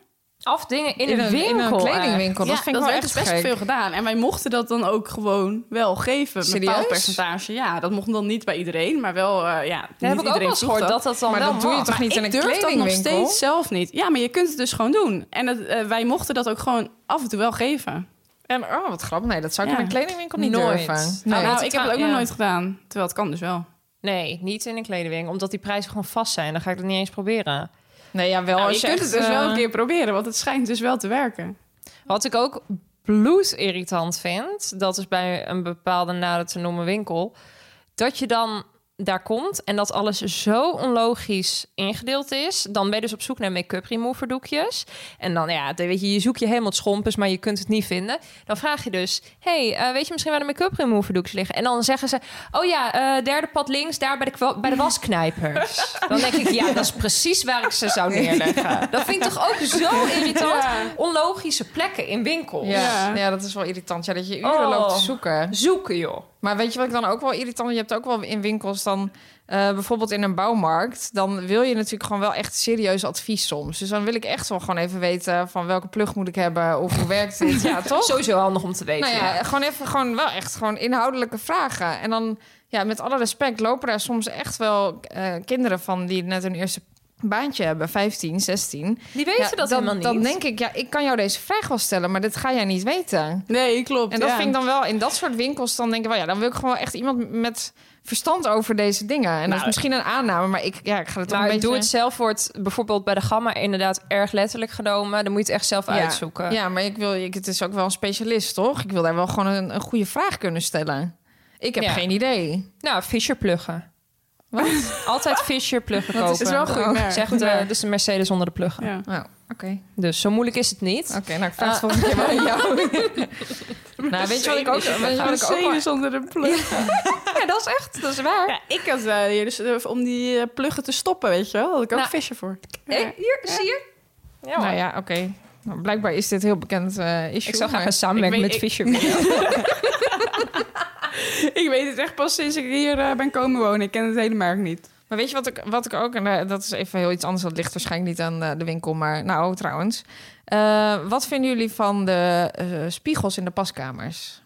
Afdingen in,
In
een
een- in
winkel.
een kledingwinkel.
eigenlijk.
Dat vind ik wel
werd
echt
dus best
gek.
veel gedaan. En wij mochten dat dan ook gewoon wel geven. Een
Serieus?
bepaald percentage. Ja, dat mocht dan niet bij iedereen, maar wel... eh ja,
Ja,
niet
heb ik ook
iedereen
wel eens
vroeg
gehoord dat dat dan
Maar
wel
dat doe je
mag.
toch niet
ik
in een
durf dat nog
kledingwinkel?
steeds zelf niet. Ja, maar je kunt het dus gewoon doen. En het, eh, wij mochten dat ook gewoon af en toe wel geven.
En oh, wat grappig. Nee, dat zou ik
Ja.
in een kledingwinkel niet
Nooit.
durven.
Nee.
nou,
dat
ik heb het
tra-
ook nog
ja.
nooit gedaan. Terwijl het kan dus wel.
Nee, niet in een kledingwinkel. Omdat die prijzen gewoon vast zijn. Dan ga ik dat niet eens proberen.
Nee, ja, wel.
Nou,
als
je kunt
echt,
het dus wel
eh,
een keer proberen, want het schijnt dus wel te werken.
Wat ik ook bloedirritant vind... dat is bij een bepaalde nader te noemen winkel... dat je dan daar komt en dat alles zo onlogisch ingedeeld is, dan ben je dus op zoek naar make-up remover doekjes. En dan, ja, dan weet je, je zoekt je helemaal het schompens, maar je kunt het niet vinden. Dan vraag je dus, hey, eh, weet je misschien waar de make-up remover doekjes liggen? En dan zeggen ze, oh ja, eh, derde pad links, daar bij de, kwa- bij de
[LAUGHS]
wasknijpers. Dan denk ik, ja, dat is precies waar ik ze zou neerleggen. Dat vind ik toch ook zo irritant? Onlogische plekken in winkels.
eh, Ja. ja, dat is wel irritant. Ja, dat je uren
Oh.
loopt te zoeken.
Zoeken, joh.
Maar weet je wat ik dan ook wel irritant... Je hebt ook wel in winkels dan... eh, bijvoorbeeld in een bouwmarkt, dan wil je natuurlijk gewoon wel echt serieus advies soms. Dus dan wil ik echt wel gewoon even weten van welke plug moet ik hebben of hoe werkt
[LAUGHS]
dit. Ja, toch?
Sowieso handig om te weten.
Nou ja, gewoon even gewoon wel echt gewoon inhoudelijke vragen. En dan, ja, met alle respect, lopen daar soms echt wel eh, kinderen van die net hun eerste baantje hebben, 15, 16.
Die weten
Ja,
dat
dan,
helemaal niet.
Dan denk ik, ja, ik kan jou deze vraag wel stellen, maar dit ga jij niet weten.
Nee, klopt.
En dat
ja.
vind ik dan wel, in dat soort winkels, dan denk ik wel, ja, dan wil ik gewoon wel echt iemand met verstand over deze dingen. En dat is misschien een aanname, maar ik, ja, ik ga het toch
maar
een beetje...
Nou, doe het zelf wordt bijvoorbeeld bij de gamma inderdaad erg letterlijk genomen. Dan moet je het echt zelf
ja.
uitzoeken.
Ja, maar ik wil, ik, het is ook wel een specialist, toch? Ik wil daar wel gewoon een, een goede vraag kunnen stellen. Ik heb
Ja.
geen idee.
Nou, Fisher pluggen. Wat? [LAUGHS] Altijd Fisher pluggen kopen.
is wel een goed merk.
Zegt
Goed
de,
merk.
dus de Mercedes onder de pluggen.
Ja.
Nou, oké.
Dus zo moeilijk is het niet. Ah.
Oké, nou, ik vraag het volgende keer wel aan
[LAUGHS]
jou. nou, weet je wat ik ook... Weet je wat ik ook wel-
Mercedes onder de plug.
Ja, dat is echt, dat is waar.
Ja, ik had eh, hier dus eh, om die eh, pluggen te stoppen, weet je wel. Daar had ik ook
Nou.
visje voor.
Hé, hier, zie je? Ja,
nou ja, oké. Nou, blijkbaar is dit een heel bekend eh issue.
Ik zou graag
maar-
een samenwerking
ik
met
weet-
[LAUGHS]
Fisher
Ik weet het echt pas sinds ik hier eh, ben komen wonen. Ik ken het hele merk niet.
Maar weet je wat ik, wat ik ook, en eh, dat is even heel iets anders, dat ligt waarschijnlijk niet aan eh, de winkel, maar nou trouwens. Eh, wat vinden jullie van de eh, spiegels in de paskamers?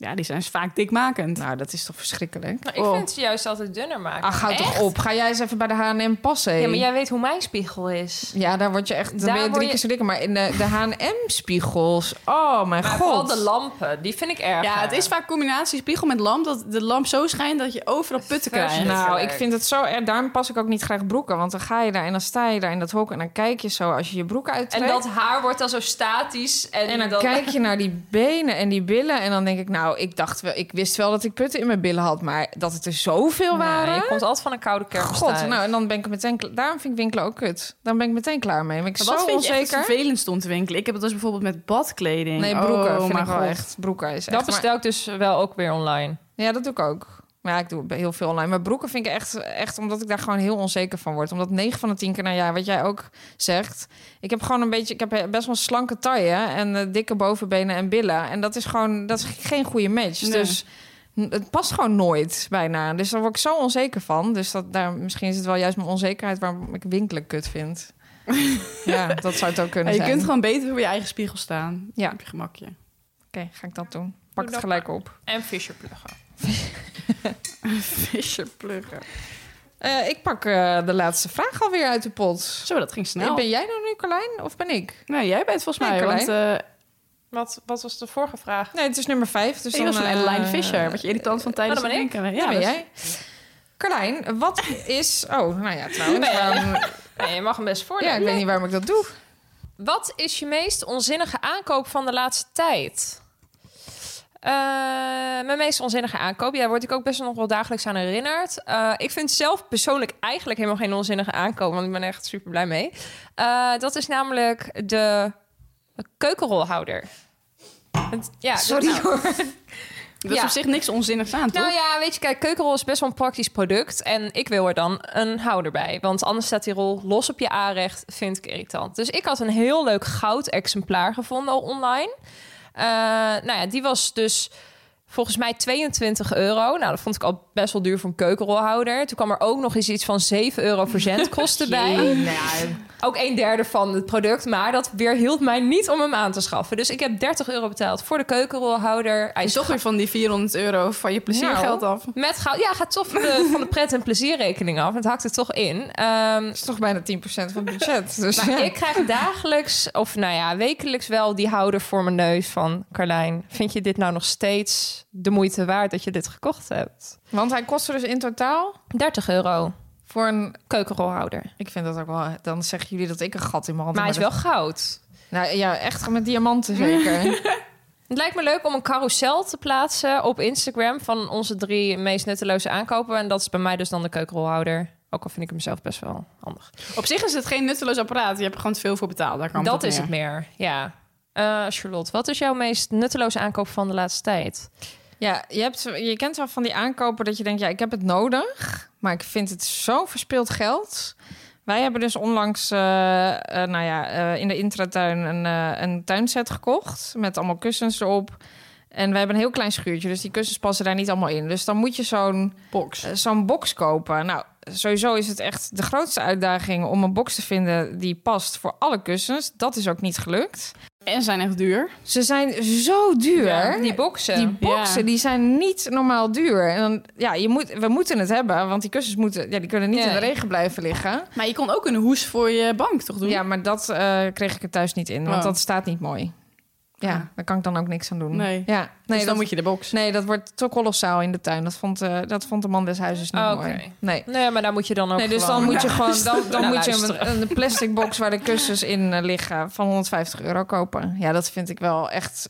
Ja, die zijn dus vaak dikmakend.
Nou, dat is toch verschrikkelijk?
Nou, ik
Oh.
vind ze juist altijd dunner maken.
Ach, houd Ah, toch op. Ga jij eens even bij de H&M passen. hé.
Ja, maar jij weet hoe mijn spiegel is.
Ja, daar word je echt dan
Daar
ben je drie
word je-
keer zo dikker. Maar in de, de H&M-spiegels, oh mijn
Maar vooral
god.
de lampen, die vind ik erg.
Ja, het is vaak combinatie spiegel met lamp. Dat de lamp zo schijnt dat je overal putten
Vers-
krijgt.
Nou,
Verschrikkelijk.
ik vind het zo erg. Daarom pas ik ook niet graag broeken. Want dan ga je daar en dan sta je daar in dat hok... en dan kijk je zo als je je broek uittrekt.
En dat haar wordt dan zo statisch. En,
En dan
dat-
kijk je naar die benen en die billen. En dan denk ik, nou, ik dacht wel, ik wist wel dat ik putten in mijn billen had. Maar dat het er zoveel
Ja,
waren.
je komt altijd van een koude kermis
God,
thuis.
nou, en dan ben ik er meteen klaar. Daarom vind ik winkelen ook kut. Dan ben ik meteen klaar mee. Ben ik
Maar
zo
wat vind je echt
onzeker.
het vervelendst om te winkelen? Ik heb het dus bijvoorbeeld met badkleding.
nee, broeken
Oh,
vind
mijn
ik wel
god.
echt. Broeken is
dat
echt. maar-
bestel ik dus wel ook weer online.
ja, dat doe ik ook. Maar ja, ik doe heel veel online. Maar broeken vind ik echt, echt omdat ik daar gewoon heel onzeker van word. Omdat 9 van de 10 keer, nou ja, wat jij ook zegt. Ik heb gewoon een beetje, ik heb best wel slanke taille en eh, dikke bovenbenen en billen. En dat is gewoon, dat is geen goede match.
Nee.
Dus n- het past gewoon nooit bijna. Dus daar word ik zo onzeker van. Dus dat, daar, misschien is het wel juist mijn onzekerheid waarom ik winkelen kut
[LAUGHS]
vind. ja, dat zou het ook
Ja,
kunnen
je
zijn.
kunt gewoon beter voor je eigen spiegel staan.
Ja.
Op je gemakje.
Oké, ga ik dat doen. Pak het gelijk op.
En Fisher pluggen.
Visje pluggen.
Eh, ik pak eh, de laatste vraag alweer uit de pot.
Zo, dat ging snel.
Nee, Ben jij nou nu, Carlijn? Of ben ik?
Nee, jij bent volgens
Nee,
mij.
Carlijn.
want eh,
Wat, wat was de vorige vraag?
Nee, het is nummer vijf. Dus
ik was
dan,
van
eh,
Adeline Fisher. Wat je irritant van tijdens
oh, dat
het
ben ik.
winkelen.
Ja, ben
dat is-
jij. Carlijn, wat is... Oh, nou ja, trouwens.
Nee.
[LAUGHS] waarom-
Nee, je mag hem best voordoen.
ja, ik weet niet waarom ik dat doe.
Wat is je meest onzinnige aankoop van de laatste tijd? Eh, mijn meest onzinnige aankoop. Ja, daar word ik ook best nog wel dagelijks aan herinnerd. Eh, ik vind zelf persoonlijk eigenlijk helemaal geen onzinnige aankoop. Want ik ben er echt super blij mee. Eh, dat is namelijk de keukenrolhouder. Het- ja, dat-
Sorry
nou,
hoor.
Dat is
Ja.
op zich niks onzinnigs aan, toch?
Nou ja, weet je, kijk, keukenrol is best wel een praktisch product. En ik wil er dan een houder bij. Want anders staat die rol los op je aanrecht. Vind ik irritant. Dus ik had een heel leuk goud exemplaar gevonden al online. Eh, nou ja, die was dus volgens mij 22 euro. Nou, dat vond ik al best wel duur voor een keukenrolhouder. Toen kwam er ook nog eens iets van 7
[LAUGHS]
euro verzendkosten bij. Ook een derde van het product. Maar dat weerhield mij niet om hem aan te schaffen. Dus ik heb 30 euro betaald voor de keukenrolhouder. Hij
En
is
toch weer van die 400 euro van je
Nou.
pleziergeld af.
Nou, met goud. Ja, gaat toch van de, van de pret- en plezierrekening af. Het hakt er toch in. Ehm,
Dat is toch bijna 10% van het [LAUGHS] budget. Dus
maar
ja.
ik krijg dagelijks, of nou ja, wekelijks wel die houder voor mijn neus van... Carlijn, vind je dit nou nog steeds de moeite waard dat je dit gekocht hebt?
Want hij kostte dus in totaal
30 euro,
voor een...
keukenrolhouder.
Ik vind dat ook wel... Dan zeggen jullie dat ik een gat in mijn hand
Maar hij
heb.
is wel goud.
[LAUGHS] Nou ja, echt met diamanten zeker.
Het lijkt me leuk om een carousel te plaatsen op Instagram van onze drie meest nutteloze aankopen. En dat is bij mij dus dan de keukenrolhouder. Ook al vind ik hem zelf best wel handig.
Op zich is het geen nutteloos apparaat. Je hebt er gewoon te veel voor betaald. Daar kan
dat is het meer, ja. Eh, Charlotte, wat is jouw meest nutteloze aankoop van de laatste tijd?
Ja, je, hebt, je kent wel van die aankopen dat je denkt, ja, ik heb het nodig, maar ik vind het zo verspild geld. Wij hebben dus onlangs eh, eh, nou ja, eh, in de intratuin een, eh, een tuinset gekocht met allemaal kussens erop. En we hebben een heel klein schuurtje, dus die kussens passen daar niet allemaal in. Dus dan moet je zo'n
box.
eh, zo'n box kopen. Nou, sowieso is het echt de grootste uitdaging om een box te vinden die past voor alle kussens. Dat is ook niet gelukt.
En zijn echt duur.
Ze zijn zo duur.
Ja, die boxen.
Die boxen
Ja.
die zijn niet normaal duur. En dan, ja, je moet, we moeten het hebben, want die kussens moeten, ja, die kunnen niet
Nee.
in de regen blijven liggen.
Maar je kon ook een hoes voor je bank toch doen?
Ja, maar dat eh, kreeg ik er thuis niet in, want
Oh.
dat staat niet mooi. Ja,
Ah.
daar kan ik dan ook niks aan doen.
Nee.
ja, nee
dus dan
dat,
moet je de box.
nee dat wordt te kolossaal in de tuin. Dat vond, eh, dat vond de man des huizes niet
Oh, oké.
mooi. Nee.
Nee, maar daar moet je dan ook
Nee, dus dan
gewoon- [LAUGHS]
moet je gewoon dan, dan
Naar
moet je eh,
luisteren.
een, een plastic box waar de kussens in eh, liggen van 150 euro kopen. Ja, dat vind ik wel echt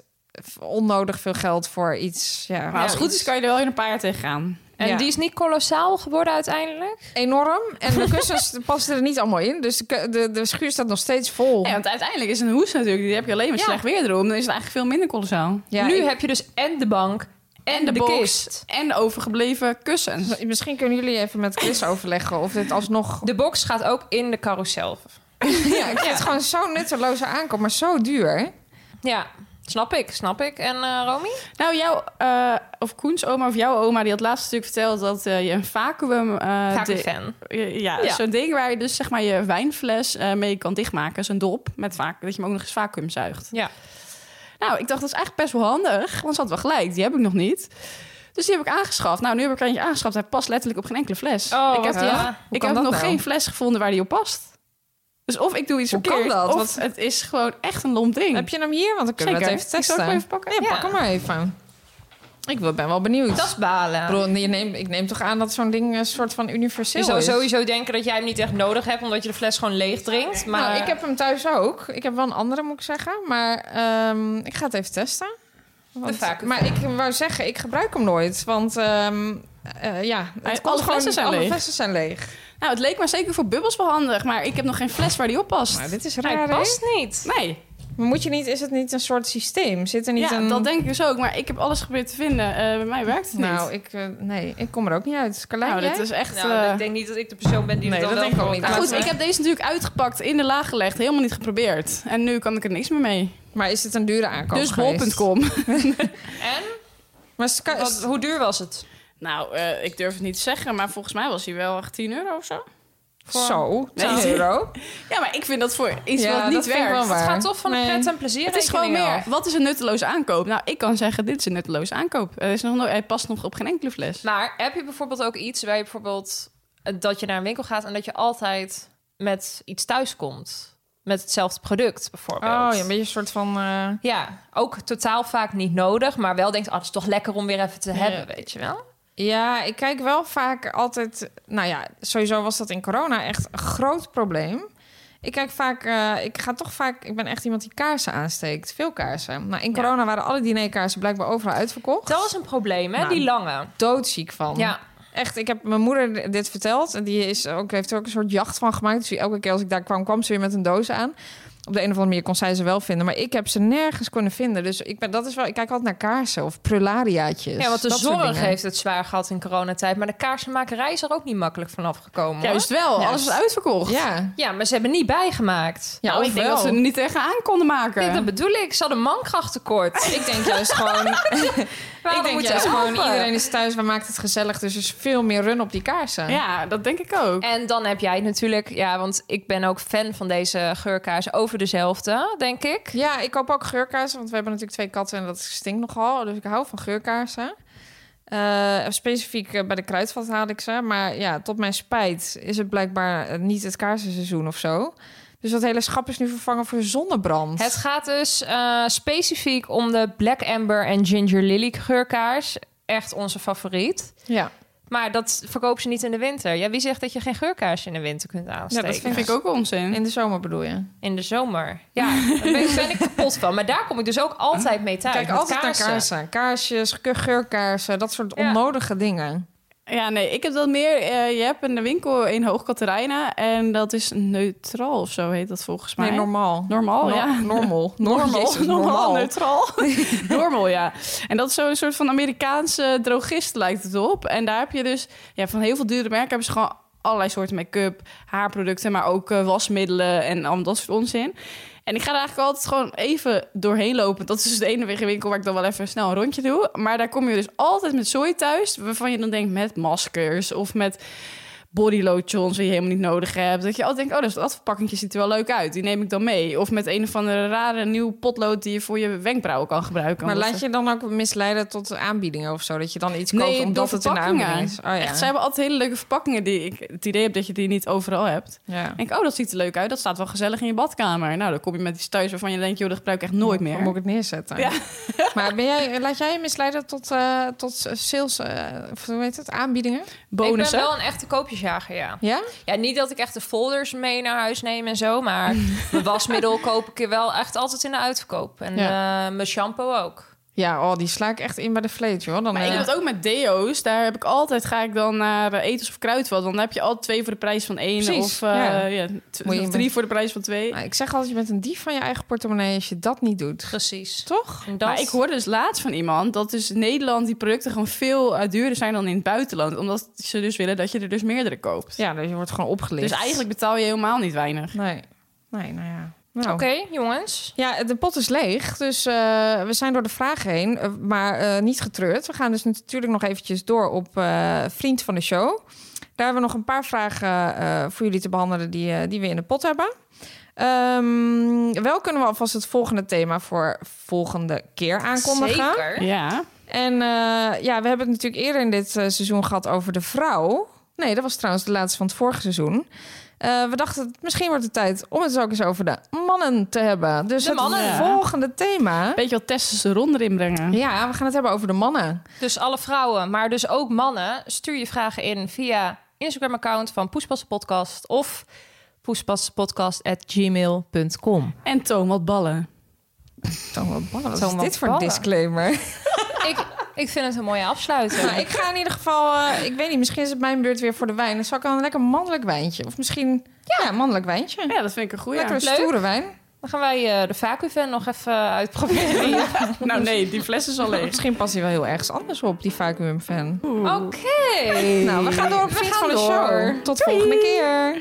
onnodig veel geld voor iets. Ja,
Maar als het goed
iets
is, kan je er wel in een paar jaar tegenaan.
En
Ja.
die is niet kolossaal geworden uiteindelijk?
enorm en de kussens [LAUGHS] passen er niet allemaal in, dus de, ku- de, de schuur staat nog steeds vol.
Ja, want uiteindelijk is een hoes natuurlijk, die heb je alleen met
Ja.
slecht weer erom. Dan is het eigenlijk veel minder kolossaal.
Ja,
nu
ik-
heb je dus en de bank en, de,
box
kist.
en overgebleven kussens.
Misschien kunnen jullie even met Chris overleggen of dit alsnog.
De box gaat ook in de carousel.
Ja, ik vind het gewoon zo'n nutteloze aankoop, maar zo duur.
Ja, snap ik, snap ik. En eh Romy?
Nou, jouw, eh, of Koens oma of jouw oma, die had laatst natuurlijk verteld dat eh, je een vacuüm... eh,
Vaak
de-
een fan.
eh, ja,
Ja.
zo'n ding waar je dus zeg maar je wijnfles eh, mee kan dichtmaken. Zo'n dop, met vaak, dat je hem ook nog eens vacuüm zuigt.
Ja.
Nou, ik dacht, dat is eigenlijk best wel handig, want ze had wel gelijk. Die heb ik nog niet. Dus die heb ik aangeschaft. Nou, nu heb ik er eentje aangeschaft. Hij past letterlijk op geen enkele fles.
Oh,
ik heb,
wat
die-
raar.
Hoe
ik
kan
heb
dat
nog
nou?
geen fles gevonden waar die op past. Dus of ik doe iets
Hoe kan
verkeerd,
dat?
of
Want-
het is gewoon echt een lomp ding.
Heb je hem hier? Want dan kunnen we
Zeker.
het even
Ik zal
testen.
het maar even pakken.
Ja,
Ja.
pak hem maar even. Ik wil- ben wel benieuwd.
Dat is balen.
Ik bedoel, je neemt- ik neem toch aan dat zo'n ding een soort van universeel
je zou
is.
sowieso denken dat jij hem niet echt nodig hebt, omdat je de fles gewoon leeg drinkt. Maar
Nou, ik heb hem thuis ook. Ik heb wel een andere, moet ik zeggen. Maar ehm, ik ga het even testen. Want-
De vacuüm.
maar ik wou zeggen, ik gebruik hem nooit. Want ehm, eh, ja, het
Alle
kost gewoon-
flessen zijn
alle
leeg.
flessen zijn leeg.
Nou, het leek me zeker voor bubbels wel handig, maar ik heb nog geen fles waar die op past.
Nou, dit is
hij
raar, hè?
past niet.
Nee,
Maar Moet je niet, is het niet een soort systeem? Zit er niet
ja,
een...
dat denk ik dus ook. Maar ik heb alles geprobeerd te vinden. Eh, bij mij werkt het
Nou,
niet.
ik, eh, nee, ik kom er ook niet uit. Carlijn,
nou, dat
jij?
is echt...
Nou,
eh,
ik denk niet dat ik de persoon ben die
Nee,
het
dat
dan wel
denk ik ook
voor
niet.
maar
elkaar
goed, ik
heeft.
heb deze natuurlijk uitgepakt, in de laag gelegd, helemaal niet geprobeerd. En nu kan ik er niks meer mee.
Maar is het een dure aankoop
dus
geweest?
bol.com. [LAUGHS]
En?
Maar is- kan-
Wat- hoe duur was het?
Nou, eh, ik durf het niet te zeggen, maar volgens mij was hij wel echt 10 euro of zo.
voor-
Zo,
Nee.
10 [LAUGHS] euro.
Ja, maar ik vind dat voor iets
Ja,
wat niet
dat vind ik
werkt.
wel waar.
Het gaat toch van de
Nee.
pret en plezier
Het is gewoon
rekening
meer.
af.
Wat is een nutteloze aankoop? Nou, ik kan zeggen, dit is een nutteloze aankoop. Er is nog nooit, hij past nog op geen enkele fles.
Maar heb je bijvoorbeeld ook iets waar je bijvoorbeeld... eh, dat je naar een winkel gaat en dat je altijd met iets thuis komt? Met hetzelfde product bijvoorbeeld.
Oh, ja, een beetje een soort van... eh,
Ja, ook totaal vaak niet nodig, maar wel denkt, ah, het is toch lekker om weer even te hebben, weet je wel?
Ja, ik kijk wel vaak altijd. Nou ja, sowieso was dat in corona echt een groot probleem. Ik kijk vaak, eh, ik ga toch vaak. Ik ben echt iemand die kaarsen aansteekt. Veel kaarsen. Nou, in
Ja.
corona waren alle dinerkaarsen blijkbaar overal uitverkocht.
Dat was een probleem, hè?
Nou,
die lange.
Doodziek van.
Ja,
Echt, ik heb mijn moeder dit verteld. En die is ook, heeft er ook een soort jacht van gemaakt. Dus die- elke keer als ik daar kwam, kwam ze weer met een doos aan. Op de een of andere manier kon zij ze wel vinden. Maar ik heb ze nergens kunnen vinden. Dus ik, ben, dat is wel, ik kijk altijd naar kaarsen of prulariaatjes.
ja want de
Dus dat soort
zorg
dingen.
heeft het zwaar gehad in coronatijd, maar de kaarsenmakerij is er ook niet makkelijk vanaf gekomen. hoor.
Juist wel, alles is uitverkocht.
Ja,
Ja, maar ze hebben niet bijgemaakt.
ja
Nou,
of
ik denk
wel.
dat ze er niet tegenaan konden maken.
Kijk, dat bedoel ik. Ze hadden [LAUGHS] mankrachttekort.
Ik denk juist gewoon, ik
Oh,
Waarom
denk
moeten
juist
we
gewoon
helpen?
iedereen is thuis, we maken het gezellig. Dus er is veel meer run op die kaarsen.
ja, dat denk ik ook.
En dan heb jij natuurlijk... Ja, want ik ben ook fan van deze geurkaars over dezelfde, denk ik.
Ja, ik koop ook geurkaarsen, want we hebben natuurlijk twee katten en dat stinkt nogal. Dus ik hou van geurkaarsen. Eh, specifiek eh, bij de kruidvat haal ik ze. Maar ja, tot mijn spijt is het blijkbaar eh, niet het kaarsenseizoen of zo. Dus dat hele schap is nu vervangen voor zonnebrand.
Het gaat dus eh, specifiek om de Black Amber en Ginger Lily geurkaars. Echt onze favoriet.
Ja.
Maar dat verkopen ze niet in de winter. Ja, wie zegt dat je geen geurkaars in de winter kunt
Ja,
aansteken?
dat vind ik ook onzin.
In de zomer bedoel je?
In de zomer. Ja, daar ben, ik- ben ik kapot van. Maar daar kom ik dus ook altijd mee thuis.
Kijk
met
altijd naar kaarsen. Kaarsjes, ke- geurkaarsen, dat soort
Ja.
onnodige dingen.
Ja, nee, ik heb dat meer. eh, je hebt in de winkel in Hoogkaterijnen en dat is neutraal of zo heet dat volgens mij.
Nee, normaal.
Normaal,
No-
ja.
Normal.
Normal, [LAUGHS]
Jezus,
normaal, [LAUGHS] neutraal. normal, ja. En dat is zo'n soort van Amerikaanse drogist lijkt het op. En daar heb je dus ja, van heel veel dure merken hebben ze gewoon allerlei soorten make-up, haarproducten, maar ook eh, wasmiddelen en al dat soort onzin. En ik ga er eigenlijk altijd gewoon even doorheen lopen. Dat is dus de enige winkel waar ik dan wel even snel een rondje doe. Maar daar kom je dus altijd met zooi thuis, waarvan je dan denkt met maskers of met bodylotions die je helemaal niet nodig hebt. Dat je altijd denkt, oh, dus dat verpakkingje ziet er wel leuk uit. Die neem ik dan mee. Of met een of andere rare nieuw potlood die je voor je wenkbrauwen kan gebruiken.
Maar
Omdat
laat
ze-
je dan ook misleiden tot aanbiedingen of zo? Dat je dan iets koopt
door
omdat het in de
verpakkingen.
aanbieding is? Oh, ja.
Echt, ze hebben altijd hele leuke verpakkingen die ik het idee heb dat je die niet overal hebt.
ja.
Ik denk, oh, dat ziet er leuk uit. Dat staat wel gezellig in je badkamer. Nou, dan kom je met iets thuis waarvan je denkt, joh, dat gebruik ik echt nooit
Dan moet ik
meer.
het neerzetten.
Ja.
[LAUGHS] maar ben jij, laat jij je misleiden tot, eh, tot sales, eh, of hoe heet het, aanbiedingen?
Bonussen.
Ik ben wel een echte koopjesjager, ja.
Ja?
Ja, niet dat ik echt de folders mee naar huis neem en zo, maar mijn wasmiddel koop ik er wel echt altijd in de uitverkoop. En eh, mijn shampoo ook.
Ja, oh, die sla ik echt in bij de vleet, joh. Dan,
Maar ik
eh,
heb het ook met deo's. Daar heb ik altijd, ga ik dan naar eh, Etels of Kruidvat. Dan heb je altijd twee voor de prijs van één.
Precies,
of eh,
ja.
ja.
Moet je
of drie voor de prijs van twee.
nou, ik zeg altijd, je bent een dief van je eigen portemonnee als je dat niet doet.
Precies.
Toch?
En dat,
Maar ik hoorde dus laatst van iemand dat dus in Nederland die producten gewoon veel eh, duurder zijn dan in het buitenland. Omdat ze dus willen dat je er dus meerdere koopt.
Ja, dus je wordt gewoon opgelicht.
Dus eigenlijk betaal je helemaal niet weinig.
Nee. Nee, nou ja. Nou.
Oké, jongens.
Ja, de pot is leeg, dus eh, we zijn door de vragen heen, eh, maar eh, niet getreurd. We gaan dus natuurlijk nog eventjes door op eh, Vriend van de Show. Daar hebben we nog een paar vragen eh, voor jullie te behandelen die, eh, die we in de pot hebben. Ehm, wel kunnen we alvast het volgende thema voor volgende keer aankondigen.
Zeker.
Ja.
En eh, ja, we hebben het natuurlijk eerder in dit eh, seizoen gehad over de vrouw. Nee, dat was trouwens de laatste van het vorige seizoen. Eh, we dachten, misschien wordt het tijd om het ook eens over de mannen te hebben. Dus
De
het
mannen,
ja.
volgende thema.
Beetje wat testosteron erin brengen.
Ja, we gaan het hebben over de mannen.
Dus alle vrouwen, maar dus ook mannen, stuur je vragen in via Instagram-account van Poespassen Podcast of poespassenpodcast.gmail.com.
En Toon wat ballen.
Toon, wat ballen. Wat
Toon,
is
wat
dit voor een
ballen.
disclaimer?
ik, ik vind het een mooie afsluiter.
[LAUGHS] nou, ik ga in ieder geval... eh, ik weet niet, misschien is het mijn beurt weer voor de wijn. Dan zal ik al een lekker mannelijk wijntje. Of misschien... Ja, een mannelijk wijntje.
Ja, dat vind ik een goeie.
lekker een
Leuk.
stoere wijn.
Dan gaan wij eh, de vacuüven nog even uitproberen.
Nou nee, die fles is al leeg.
Misschien past hij wel heel ergens anders op, die vacuümfan.
Oké.
Nou, we gaan door op
We
Vriend van
gaan
de
door.
Show. Tot volgende keer.